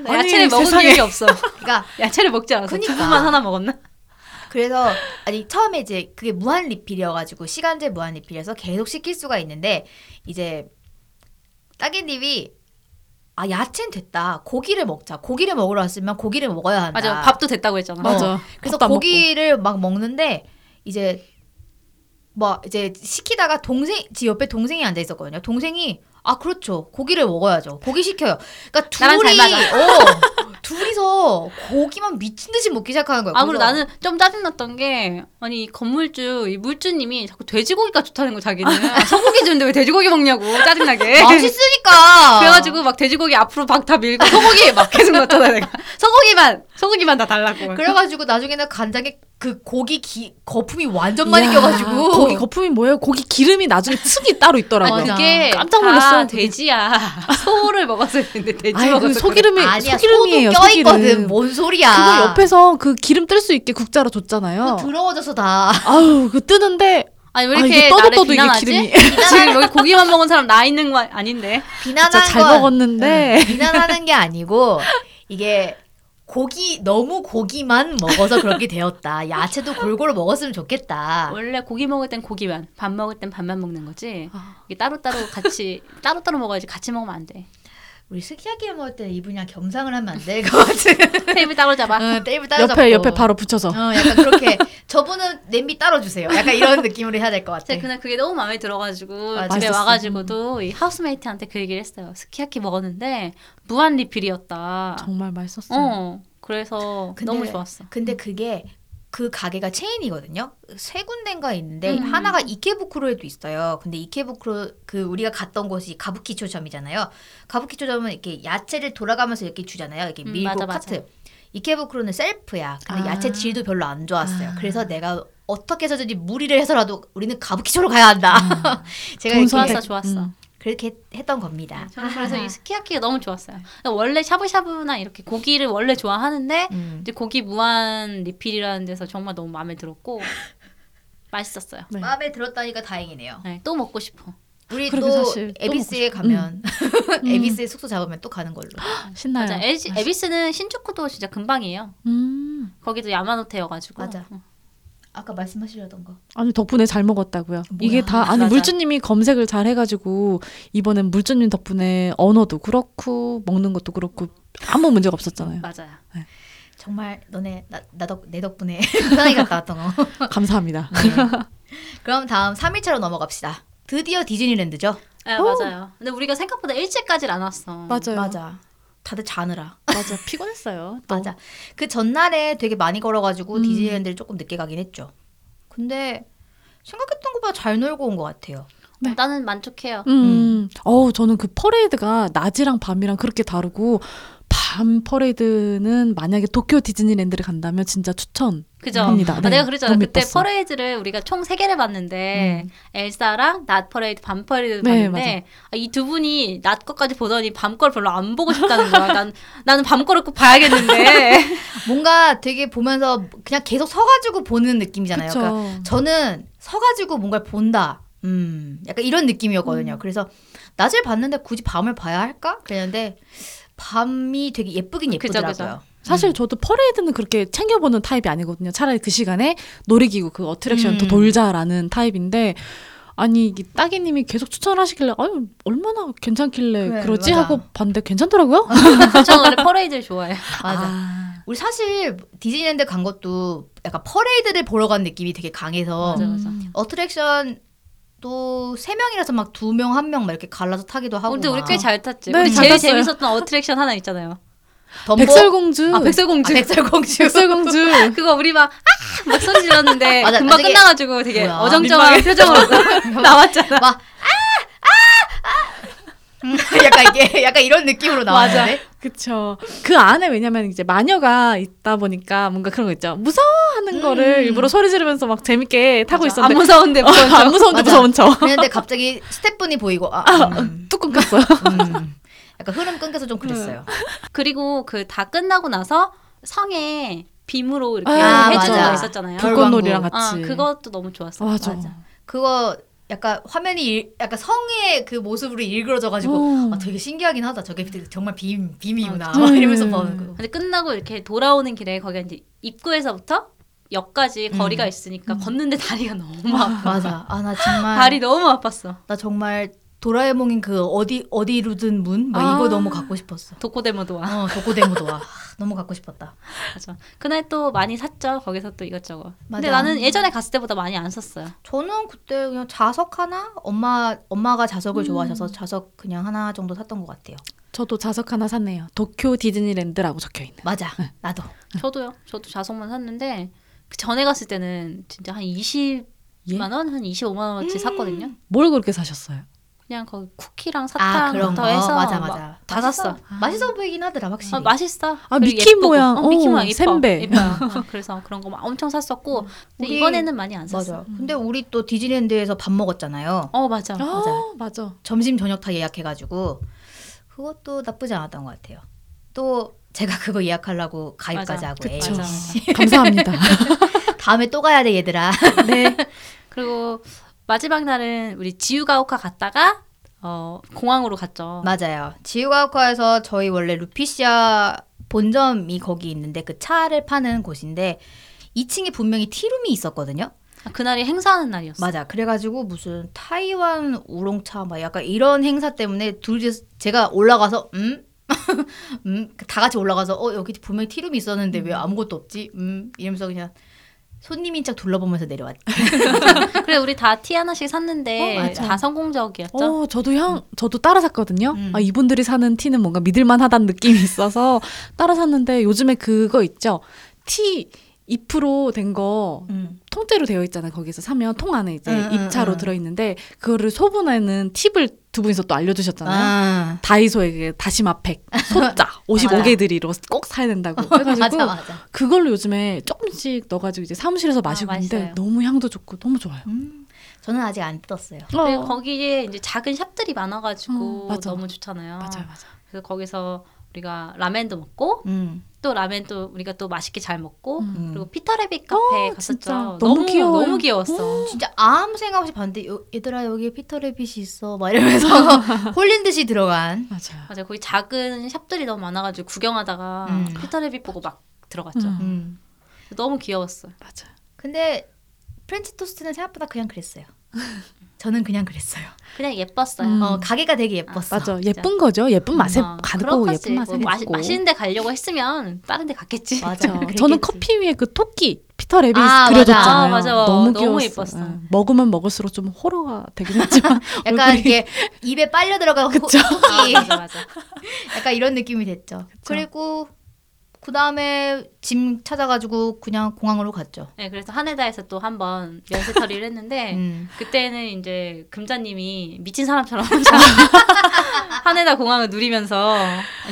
Speaker 2: 나
Speaker 1: 아니,
Speaker 2: 야채를 먹은
Speaker 1: 세상에.
Speaker 2: 기억이 없어
Speaker 3: 그러니까
Speaker 2: 야채를 먹지 않았어
Speaker 3: 그니까.
Speaker 2: 두부만 하나 먹었나?
Speaker 3: 그래서 아니 처음에 이제 그게 무한 리필이어가지고 시간제 무한 리필이어서 계속 시킬 수가 있는데 이제 따개님이 아 야채는 됐다 고기를 먹자 고기를 먹으러 왔으면 고기를 먹어야 한다
Speaker 2: 맞아 밥도 됐다고 했잖아
Speaker 1: 맞아.
Speaker 3: 그래서
Speaker 1: 밥도 안
Speaker 3: 고기를 막 먹는데 이제 막 이제 시키다가 동생 지 옆에 동생이 앉아 있었거든요. 동생이 아 그렇죠 고기를 먹어야죠 고기 시켜요. 그러니까
Speaker 2: 나랑 잘
Speaker 3: 둘이 어, 둘이서 고기만 미친 듯이 먹기 시작하는 거예요.
Speaker 2: 아 그리고
Speaker 3: 그래서
Speaker 2: 나는 좀 짜증났던 게 아니 이 건물주 이 물주님이 자꾸 돼지고기가 좋다는 거 자기는 아, 소고기 주는데 왜 돼지고기 먹냐고 짜증나게
Speaker 3: 아, 맛있으니까
Speaker 2: 그래가지고 막 돼지고기 앞으로 막 다 밀고 소고기 막 계속 넣잖아 내가 소고기만 소고기만 다 달라고
Speaker 3: 그래가지고 나중에는 간장에 그 고기 기, 거품이 완전 많이
Speaker 1: 이야,
Speaker 3: 껴가지고
Speaker 1: 고기 거품이 뭐예요? 고기 기름이 나중에 층이 따로 있더라고요.
Speaker 2: 아니, 그게
Speaker 1: 깜짝 놀랐어,
Speaker 2: 어, 다
Speaker 1: 그게.
Speaker 2: 돼지야. 소를 먹었을 텐데 돼지
Speaker 1: 아니 그
Speaker 2: 먹었을
Speaker 1: 소기름이
Speaker 3: 아니야
Speaker 1: 소기름이에요.
Speaker 3: 소도 껴있거든
Speaker 1: 소기름.
Speaker 3: 뭔 소리야
Speaker 1: 그거 옆에서 어. 그 기름 뜰 수 있게 국자로 줬잖아요.
Speaker 3: 그거 더러워져서 다
Speaker 1: 아유 그 뜨는데
Speaker 2: 아니 왜
Speaker 1: 아,
Speaker 2: 이렇게
Speaker 1: 이게 떠도
Speaker 2: 나를
Speaker 1: 떠도 이게
Speaker 2: 비난하지?
Speaker 1: 기름이
Speaker 2: 지금 여기 고기만 먹은 사람 나 있는 거 아닌데.
Speaker 3: 비난한
Speaker 1: 진짜 잘
Speaker 3: 건
Speaker 1: 먹었는데
Speaker 3: 음, 비난하는 게 아니고 이게 고기 너무 고기만 먹어서 그렇게 되었다. 야채도 골고루 먹었으면 좋겠다.
Speaker 2: 아. 원래 고기 먹을 땐 고기만, 밥 먹을 땐 밥만 먹는 거지.
Speaker 1: 아.
Speaker 2: 이게 따로따로 같이 따로따로 먹어야지 같이 먹으면 안 돼.
Speaker 3: 우리 스키야키 먹을 때는 이분이랑 겸상을 하면 안 될 것 같은.
Speaker 2: 테이블 따로 잡아.
Speaker 3: 응, 테이블 따로
Speaker 1: 옆에 옆에 바로 붙여서
Speaker 3: 어, 약간 그렇게 저분은 냄비 따로 주세요. 약간 이런 느낌으로 해야 될 것 같아.
Speaker 2: 제가 그날 그게 너무 마음에 들어가지고
Speaker 3: 맞아.
Speaker 2: 집에
Speaker 1: 맛있었어.
Speaker 2: 와가지고도 이 하우스메이트한테 그 얘기를 했어요. 스키야키 먹었는데 무한 리필이었다.
Speaker 1: 정말 맛있었어요.
Speaker 2: 어, 그래서
Speaker 3: 근데-
Speaker 2: 너무 좋았어.
Speaker 3: 근데 그게 그 가게가 체인이거든요. 세 군데인가 있는데
Speaker 2: 음.
Speaker 3: 하나가 이케부쿠로에도 있어요. 근데 이케부쿠로 그 우리가 갔던 곳이 가부키초점이잖아요. 가부키초점은 이렇게 야채를 돌아가면서 이렇게 주잖아요. 이렇게
Speaker 2: 음,
Speaker 3: 밀고
Speaker 2: 맞아, 맞아.
Speaker 3: 카트. 이케부쿠로는 셀프야. 근데
Speaker 1: 아.
Speaker 3: 야채 질도 별로 안 좋았어요.
Speaker 1: 아.
Speaker 3: 그래서 내가 어떻게 해서든지 무리를 해서라도 우리는 가부키초로 가야 한다.
Speaker 2: 음.
Speaker 3: 제가
Speaker 1: 돈
Speaker 3: 이렇게
Speaker 1: 선택.
Speaker 2: 좋았어, 좋았어.
Speaker 1: 음.
Speaker 3: 그렇게 했던 겁니다.
Speaker 2: 저는 그래서
Speaker 3: 아하.
Speaker 2: 이 스키야키가 너무 좋았어요. 그러니까 원래 샤브샤브나 이렇게 고기를 원래 좋아하는데
Speaker 3: 음.
Speaker 2: 이제 고기 무한 리필이라는 데서 정말 너무 마음에 들었고 맛있었어요.
Speaker 1: 네.
Speaker 3: 마음에 들었다니까 다행이네요.
Speaker 2: 네, 또 먹고 싶어.
Speaker 3: 우리
Speaker 1: 그러게
Speaker 3: 또
Speaker 1: 사실 또
Speaker 3: 에비스에
Speaker 1: 먹고 싶- 음.
Speaker 3: 가면 에비스에 숙소 잡으면 또 가는 걸로.
Speaker 1: 신나요.
Speaker 2: 맞아. 에지, 에비스는 신축구도 진짜 금방이에요.
Speaker 1: 음.
Speaker 2: 거기도 야마노테여가지고.
Speaker 3: 맞아.
Speaker 2: 어.
Speaker 3: 아까 말씀하시려던 거.
Speaker 1: 아니 덕분에 잘 먹었다고요. 이게 다 아니
Speaker 2: 맞아.
Speaker 1: 물주님이 검색을 잘 해가지고 이번엔 물주님 덕분에 언어도 그렇고 먹는 것도 그렇고 아무 문제가 없었잖아요.
Speaker 2: 맞아요.
Speaker 3: 정말 너네 나, 나 덕, 내 덕분에 편하게 갔다 왔던 거.
Speaker 1: 감사합니다.
Speaker 3: 그럼 다음 3일차로 넘어갑시다. 드디어 디즈니랜드죠?
Speaker 1: 어.
Speaker 2: 네, 맞아요. 근데 우리가 생각보다 일찍까지 안 왔어.
Speaker 3: 맞아. 다들 자느라.
Speaker 1: 맞아 피곤했어요. 또.
Speaker 3: 맞아. 그 전날에 되게 많이 걸어가지고
Speaker 1: 음.
Speaker 3: 디즈니랜드를 조금 늦게 가긴 했죠. 근데 생각했던 것보다 잘 놀고 온 것 같아요.
Speaker 1: 네.
Speaker 2: 나는 만족해요.
Speaker 1: 음. 어우 저는 그 퍼레이드가 낮이랑 밤이랑 그렇게 다르고 밤 퍼레이드는 만약에 도쿄 디즈니랜드를 간다면 진짜 추천.
Speaker 2: 그죠?
Speaker 1: 합니다.
Speaker 2: 아,
Speaker 1: 네,
Speaker 2: 내가 그랬잖아.
Speaker 1: 너무
Speaker 2: 그때
Speaker 1: 예뻤어. 음.
Speaker 2: 퍼레이드를 우리가 총 세개를 봤는데 엘사랑 낮 퍼레이드, 밤 퍼레이드
Speaker 1: 네,
Speaker 2: 봤는데 아, 이 두 분이 낮 것까지 보더니 밤 걸 별로 안 보고 싶다는 거야. 난, 나는 밤 거를 꼭 봐야겠는데.
Speaker 3: 뭔가 되게 보면서 그냥 계속 서가지고 보는 느낌이잖아요.
Speaker 1: 그쵸.
Speaker 3: 그러니까 저는 서가지고 뭔가를 본다. 음, 약간 이런 느낌이었거든요.
Speaker 2: 음.
Speaker 3: 그래서 낮을 봤는데 굳이 밤을 봐야 할까? 그랬는데 밤이 되게 예쁘긴
Speaker 2: 그죠,
Speaker 3: 예쁘더라고요.
Speaker 2: 그죠.
Speaker 3: 음.
Speaker 1: 사실 저도 퍼레이드는 그렇게 챙겨보는 타입이 아니거든요. 차라리 그 시간에 놀이기구 그 어트랙션
Speaker 3: 음.
Speaker 1: 더 돌자라는 타입인데 아니 이 따기님이 계속 추천하시길래 아유 얼마나 괜찮길래
Speaker 3: 그래,
Speaker 1: 그러지
Speaker 3: 맞아. 아,
Speaker 1: 하고 봤는데 괜찮더라고요.
Speaker 2: 저는 원래 퍼레이드를 좋아해요.
Speaker 3: 맞아.
Speaker 1: 아.
Speaker 3: 우리 사실 디즈니랜드 간 것도 약간 퍼레이드를 보러 간 느낌이 되게 강해서
Speaker 2: 맞아, 맞아.
Speaker 1: 음.
Speaker 3: 어트랙션 또세 명이라서 막 두 명 한 명 막 이렇게 갈라서 타기도 하고
Speaker 2: 근데 우리
Speaker 3: 막.
Speaker 2: 꽤 잘 탔지.
Speaker 1: 네,
Speaker 2: 우리
Speaker 1: 잘
Speaker 2: 제일
Speaker 1: 탔어요.
Speaker 2: 재밌었던 어트랙션 하나 있잖아요.
Speaker 3: 덤보?
Speaker 1: 백설공주.
Speaker 2: 아, 백설공주.
Speaker 3: 아, 백설공주
Speaker 1: 백설공주.
Speaker 2: 그거 우리 막, 아! 막 소리 질렀는데
Speaker 3: 맞아,
Speaker 2: 금방
Speaker 3: 되게-
Speaker 2: 끝나가지고 되게
Speaker 3: 뭐야,
Speaker 2: 어정쩡한 표정으로 나왔잖아.
Speaker 3: 막 아! 음, 약간 이게 약간 이런 느낌으로 나왔는데
Speaker 1: 그쵸. 그 안에 왜냐면 이제 마녀가 있다 보니까 뭔가 그런 거 있죠. 무서워하는
Speaker 3: 음. 아,
Speaker 1: 거를 일부러 소리 지르면서 막 재밌게 타고
Speaker 2: 안
Speaker 1: 있었는데 어,
Speaker 2: 무서운데 뭐.
Speaker 1: 안 무서운데
Speaker 3: 맞아.
Speaker 1: 무서운 척.
Speaker 3: 그런데 갑자기 스태프분이 보이고 아 음,
Speaker 1: 뚜껑 깠어요.
Speaker 3: 음. 약간 흐름 끊겨서 좀 그랬어요.
Speaker 2: 그리고 그 다 끝나고 나서 성에 빔으로 이렇게
Speaker 1: 아,
Speaker 2: 해주는
Speaker 1: 맞아.
Speaker 2: 거뭐 있었잖아요.
Speaker 3: 별-
Speaker 1: 불꽃놀이랑
Speaker 3: 별광구.
Speaker 2: 아,
Speaker 1: 같이.
Speaker 2: 그것도 너무 좋았어.
Speaker 1: 맞아.
Speaker 3: 그거 약간 화면이 일, 약간 성의 그 모습으로 일그러져가지고
Speaker 1: 어.
Speaker 3: 아, 되게 신기하긴 하다. 저게 정말 빔 빔이구나
Speaker 1: 맞아.
Speaker 3: 막 이러면서
Speaker 1: 음.
Speaker 3: 보는 거.
Speaker 2: 근데 끝나고 이렇게 돌아오는 길에 거기가 이제 입구에서부터 역까지
Speaker 3: 음.
Speaker 2: 거리가 있으니까 걷는데 다리가 너무 아파.
Speaker 3: 맞아. 아 나 정말
Speaker 2: 발이 너무 아팠어.
Speaker 3: 나 정말 도라에몽인 그 어디 어디로든 문 막
Speaker 1: 아.
Speaker 3: 이거 너무 갖고 싶었어.
Speaker 2: 도코데모도 와.
Speaker 3: 어 도코데모도 와. 너무 갖고 싶었다.
Speaker 2: 맞아. 그날 또 많이 샀죠. 거기서 또 이것저것. 근데
Speaker 3: 맞아.
Speaker 2: 나는 예전에 갔을 때보다 많이 안 샀어요.
Speaker 3: 저는 그때 그냥 자석 하나 엄마 엄마가 자석을 좋아하셔서 자석 그냥 하나 정도 샀던 것 같아요.
Speaker 1: 저도 자석 하나 샀네요. 도쿄 디즈니랜드라고 적혀 있는.
Speaker 3: 맞아. 나도.
Speaker 2: 저도요. 저도 자석만 샀는데 그 전에 갔을 때는 진짜 한 20만
Speaker 1: 예? 음.
Speaker 2: 원, 한 25만 원어치 샀거든요.
Speaker 1: 뭘 그렇게 사셨어요?
Speaker 2: 그냥 거기 쿠키랑
Speaker 3: 아 그런
Speaker 2: 사탕부터
Speaker 3: 거
Speaker 2: 해서
Speaker 3: 맞아
Speaker 2: 막
Speaker 3: 맞아.
Speaker 2: 다 샀어.
Speaker 3: 맛있어. 맛있어 보이긴 하더라 확실히.
Speaker 2: 아, 맛있어.
Speaker 1: 아,
Speaker 2: 그리고
Speaker 1: 미키
Speaker 2: 예쁘고.
Speaker 1: 모양.
Speaker 2: 어, 미키
Speaker 1: 오,
Speaker 2: 모양 예뻐.
Speaker 1: 샌베. 음.
Speaker 2: 예뻐요. 어, 그래서 그런 거 막 엄청 샀었고 근데
Speaker 3: 우리-
Speaker 2: 이번에는 많이 안 샀어.
Speaker 3: 맞아. 음. 근데 우리 또 디즈니랜드에서 밥 먹었잖아요.
Speaker 2: 어 맞아.
Speaker 1: 아 맞아.
Speaker 3: 맞아.
Speaker 1: 맞아.
Speaker 3: 점심 저녁 다 예약해가지고 그것도 나쁘지 않았던 것 같아요. 또 제가 그거 예약하려고 가입까지
Speaker 2: 맞아.
Speaker 3: 하고 에이,
Speaker 2: 맞아, 맞아.
Speaker 1: 감사합니다.
Speaker 3: 다음에 또 가야 돼 얘들아.
Speaker 1: 네.
Speaker 2: 그리고 마지막 날은 우리 지우가오카 갔다가 어 공항으로 갔죠.
Speaker 3: 맞아요. 지우가오카에서 저희 원래 루피시아 본점이 거기 있는데 그 차를 파는 곳인데 2층에 분명히 티룸이 있었거든요.
Speaker 2: 아, 그날이 행사하는 날이었어.
Speaker 3: 맞아. 그래가지고 무슨 타이완 우롱차 막 약간 이런 행사 때문에 둘이 제가 올라가서 음. 음, 다 같이 올라가서 어 여기 분명히 티룸이 있었는데 왜 아무것도 없지? 음 이러면서 그냥 손님인 척 둘러보면서 내려왔지.
Speaker 2: 그래 우리 다 티 하나씩 샀는데
Speaker 3: 어, 맞아.
Speaker 2: 다 성공적이었죠.
Speaker 1: 어, 저도 향 저도 따라 샀거든요.
Speaker 3: 음.
Speaker 1: 아, 이분들이 사는 티는 뭔가 믿을만 하다는 느낌이 있어서 따라 샀는데 요즘에 그거 있죠. 티 잎으로 된 거
Speaker 3: 음.
Speaker 1: 통째로 되어 있잖아요. 거기서 사면 통 안에 이제
Speaker 3: 음, 음,
Speaker 1: 입차로
Speaker 3: 음.
Speaker 1: 들어 있는데 그거를 소분하는 팁을 두 분이서 또 알려 주셨잖아요. 그
Speaker 3: 아.
Speaker 1: 다이소에게 다시마팩 소자 55개 들이로 꼭 사야 된다고 해가지고
Speaker 3: 맞아 맞아.
Speaker 1: 그걸로 요즘에 조금씩 넣어가지고 이제 사무실에서 마시고 있는데
Speaker 2: 맛있어요.
Speaker 1: 너무 향도 좋고 너무 좋아요.
Speaker 3: 음. 저는 아직 안 뜯었어요.
Speaker 2: 근데 거기에 이제 작은 샵들이 많아가지고
Speaker 1: 어, 맞아.
Speaker 2: 너무 좋잖아요.
Speaker 1: 맞아요, 맞아.
Speaker 2: 그래서 거기서 우리가 라멘도 먹고
Speaker 3: 음.
Speaker 2: 또 라멘 또 우리가 또 맛있게 잘 먹고
Speaker 1: 음. 어,
Speaker 3: 음.
Speaker 2: 그리고 피터레빗
Speaker 1: 진짜.
Speaker 2: 카페 갔었죠. 너무
Speaker 1: 너무 귀여워요. 음.
Speaker 2: 너무 귀여웠어.
Speaker 3: 진짜 아무 생각 없이 봤는데 요- 얘들아 여기 피터레빗이 있어 막 이러면서 홀린 듯이 들어간
Speaker 1: 맞아요.
Speaker 2: 맞아 요 거기 작은 샵들이 너무 많아가지고 구경하다가
Speaker 3: 음.
Speaker 2: 피터레빗 보고 막 들어갔죠.
Speaker 1: 음.
Speaker 3: 음.
Speaker 2: 너무 귀여웠어. 요
Speaker 1: 맞아요.
Speaker 3: 근데 프렌치 토스트는 생각보다 그냥 그랬어요. 저는 그냥 그랬어요.
Speaker 2: 그냥 예뻤어요.
Speaker 1: 음.
Speaker 3: 어, 가게가 되게 예뻤어.
Speaker 1: 맞아. 예쁜 거죠. 예쁜 맛에
Speaker 2: 어,
Speaker 1: 가는
Speaker 2: 그런
Speaker 1: 거고
Speaker 2: 거지.
Speaker 1: 예쁜 맛에
Speaker 2: 뭐 마시,
Speaker 1: 먹고.
Speaker 2: 맛있는 데 가려고 했으면 다른 데 갔겠지.
Speaker 3: 맞아.
Speaker 1: 그렇죠.
Speaker 3: 그랬겠지.
Speaker 1: 저는 커피 위에 그 토끼 피터 레빗
Speaker 3: 아,
Speaker 1: 그려줬잖아요.
Speaker 2: 맞아. 아, 맞아.
Speaker 1: 너무
Speaker 2: 너무
Speaker 1: 귀여웠어.
Speaker 2: 예뻤어.
Speaker 1: 예. 먹으면 먹을수록 좀 호러가 되긴 했지만
Speaker 3: 약간
Speaker 1: 얼굴이-
Speaker 3: 이렇게 입에 빨려 들어간 호-
Speaker 1: 그쵸.
Speaker 2: 아,
Speaker 3: 토끼.
Speaker 2: 맞아 맞아.
Speaker 3: 약간 이런 느낌이 됐죠. 그리고그 다음에 짐 찾아가지고 그냥 공항으로 갔죠.
Speaker 2: 네, 그래서 하네다에서 또 한번 면세 처리를 했는데
Speaker 1: 네.
Speaker 3: 음.
Speaker 2: 그때는 이제 금자님이 미친 사람처럼 혼자 하네다 공항을 누리면서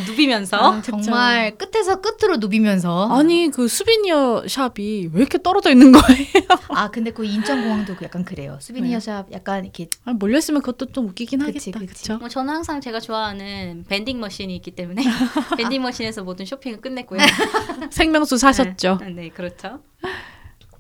Speaker 2: 누비면서
Speaker 1: 아, 그쵸.
Speaker 3: 정말 끝에서 끝으로 누비면서
Speaker 1: 아니 그 수비니어 샵이 왜 이렇게 떨어져 있는 거예요?
Speaker 3: 아 근데 그 인천공항도 약간
Speaker 1: 네.
Speaker 3: 그래요. 수비니어샵 약간 이렇게
Speaker 1: 아, 몰렸으면 그것도 좀 웃기긴
Speaker 3: 그치,
Speaker 1: 하겠다.
Speaker 3: 그치.
Speaker 1: 그렇죠.
Speaker 2: 뭐 저는 항상 제가 좋아하는 밴딩 머신이 있기 때문에 밴딩 머신에서 모든 쇼핑을 끝냈고요.
Speaker 3: 네,
Speaker 1: 생명수 사셨죠.
Speaker 2: 네, 네, 그렇죠.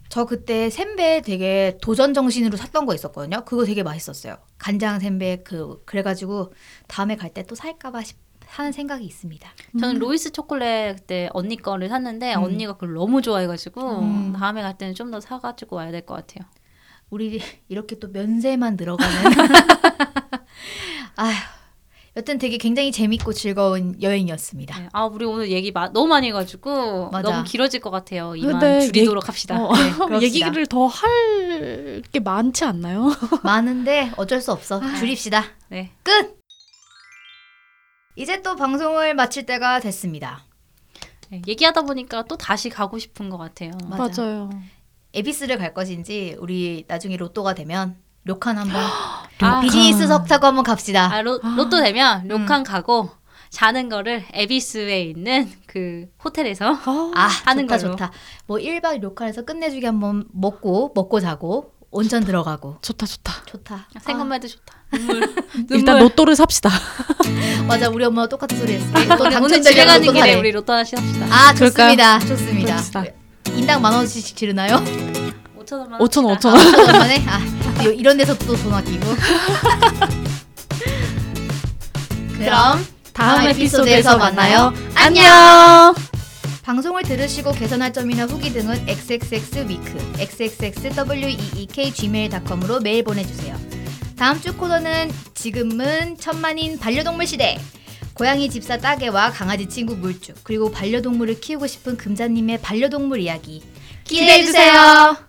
Speaker 3: 저 그때 샘배 되게 도전 정신으로 샀던 거 있었거든요. 그거 되게 맛있었어요. 간장 샘배 그 그래가지고 다음에 갈 때 또 살까봐 싶, 하는 생각이 있습니다.
Speaker 2: 저는 로이스 초콜릿 그때 언니 거를 샀는데
Speaker 3: 음.
Speaker 2: 언니가 그걸 너무 좋아해가지고
Speaker 3: 음.
Speaker 2: 다음에 갈 때는 좀 더 사가지고 와야 될 것 같아요.
Speaker 3: 우리 이렇게 또 면세만 늘어가는. 아휴. 여튼 되게 굉장히 재밌고 즐거운 여행이었습니다.
Speaker 2: 네. 아 우리 오늘 얘기 마- 너무 많이 해가지고
Speaker 3: 맞아.
Speaker 2: 너무 길어질 것 같아요. 이만
Speaker 1: 근데
Speaker 2: 줄이도록 합시다.
Speaker 1: 어,
Speaker 3: 네, 그럽시다.
Speaker 1: 얘기를 더 할 게 많지 않나요?
Speaker 3: 많은데 어쩔 수 없어. 줄입시다.
Speaker 2: 네.
Speaker 3: 끝! 이제 또 방송을 마칠 때가 됐습니다.
Speaker 2: 네, 얘기하다 보니까 또 다시 가고 싶은 것 같아요.
Speaker 3: 맞아.
Speaker 1: 맞아요.
Speaker 3: 에비스를 갈 것인지 우리 나중에 로또가 되면 료칸 한번
Speaker 2: 아,
Speaker 3: 비즈니스석 타고 한번 갑시다.
Speaker 2: 아, 로,
Speaker 1: 아.
Speaker 2: 또 되면 료칸
Speaker 3: 음.
Speaker 2: 가고 자는 거를 에비스에 있는 그 호텔에서
Speaker 1: 아,
Speaker 3: 아,
Speaker 2: 하는
Speaker 3: 좋다
Speaker 2: 걸로.
Speaker 3: 좋다. 뭐 1박 료칸에서 끝내주게 한번 먹고 먹고 자고 온천 들어가고
Speaker 1: 좋다 좋다.
Speaker 3: 좋다.
Speaker 2: 생각만 해도 좋다. 눈물.
Speaker 1: 일단 로또를 삽시다.
Speaker 3: 아, 맞아 우리 엄마가 똑같은 소리 했어. 또
Speaker 2: 오늘 집에
Speaker 3: 당첨되면
Speaker 2: 가는
Speaker 3: 로또
Speaker 2: 길에
Speaker 3: 사래.
Speaker 2: 우리 로또 하나씩 합시다.
Speaker 3: 아 좋습니다.
Speaker 1: 그럴까요?
Speaker 3: 좋습니다.
Speaker 1: 그럽시다.
Speaker 3: 인당 만 원씩 지르나요?
Speaker 2: 5천 원만.
Speaker 1: 5천
Speaker 2: 합시다.
Speaker 1: 5천.
Speaker 3: 저번에 아 요- 이런 데서 또 돈 아끼고. 그럼
Speaker 1: 다음 에피소드에서 만나요.
Speaker 3: 안녕. 방송을 들으시고 개선할 점이나 후기 등은 xxxweek xxxweekgmail.com으로 메일 보내주세요. 다음 주 코너는 지금은 천만인 반려동물 시대. 고양이 집사 따개와 강아지 친구 물쭉 그리고 반려동물을 키우고 싶은 금자님의 반려동물 이야기 기대해주세요.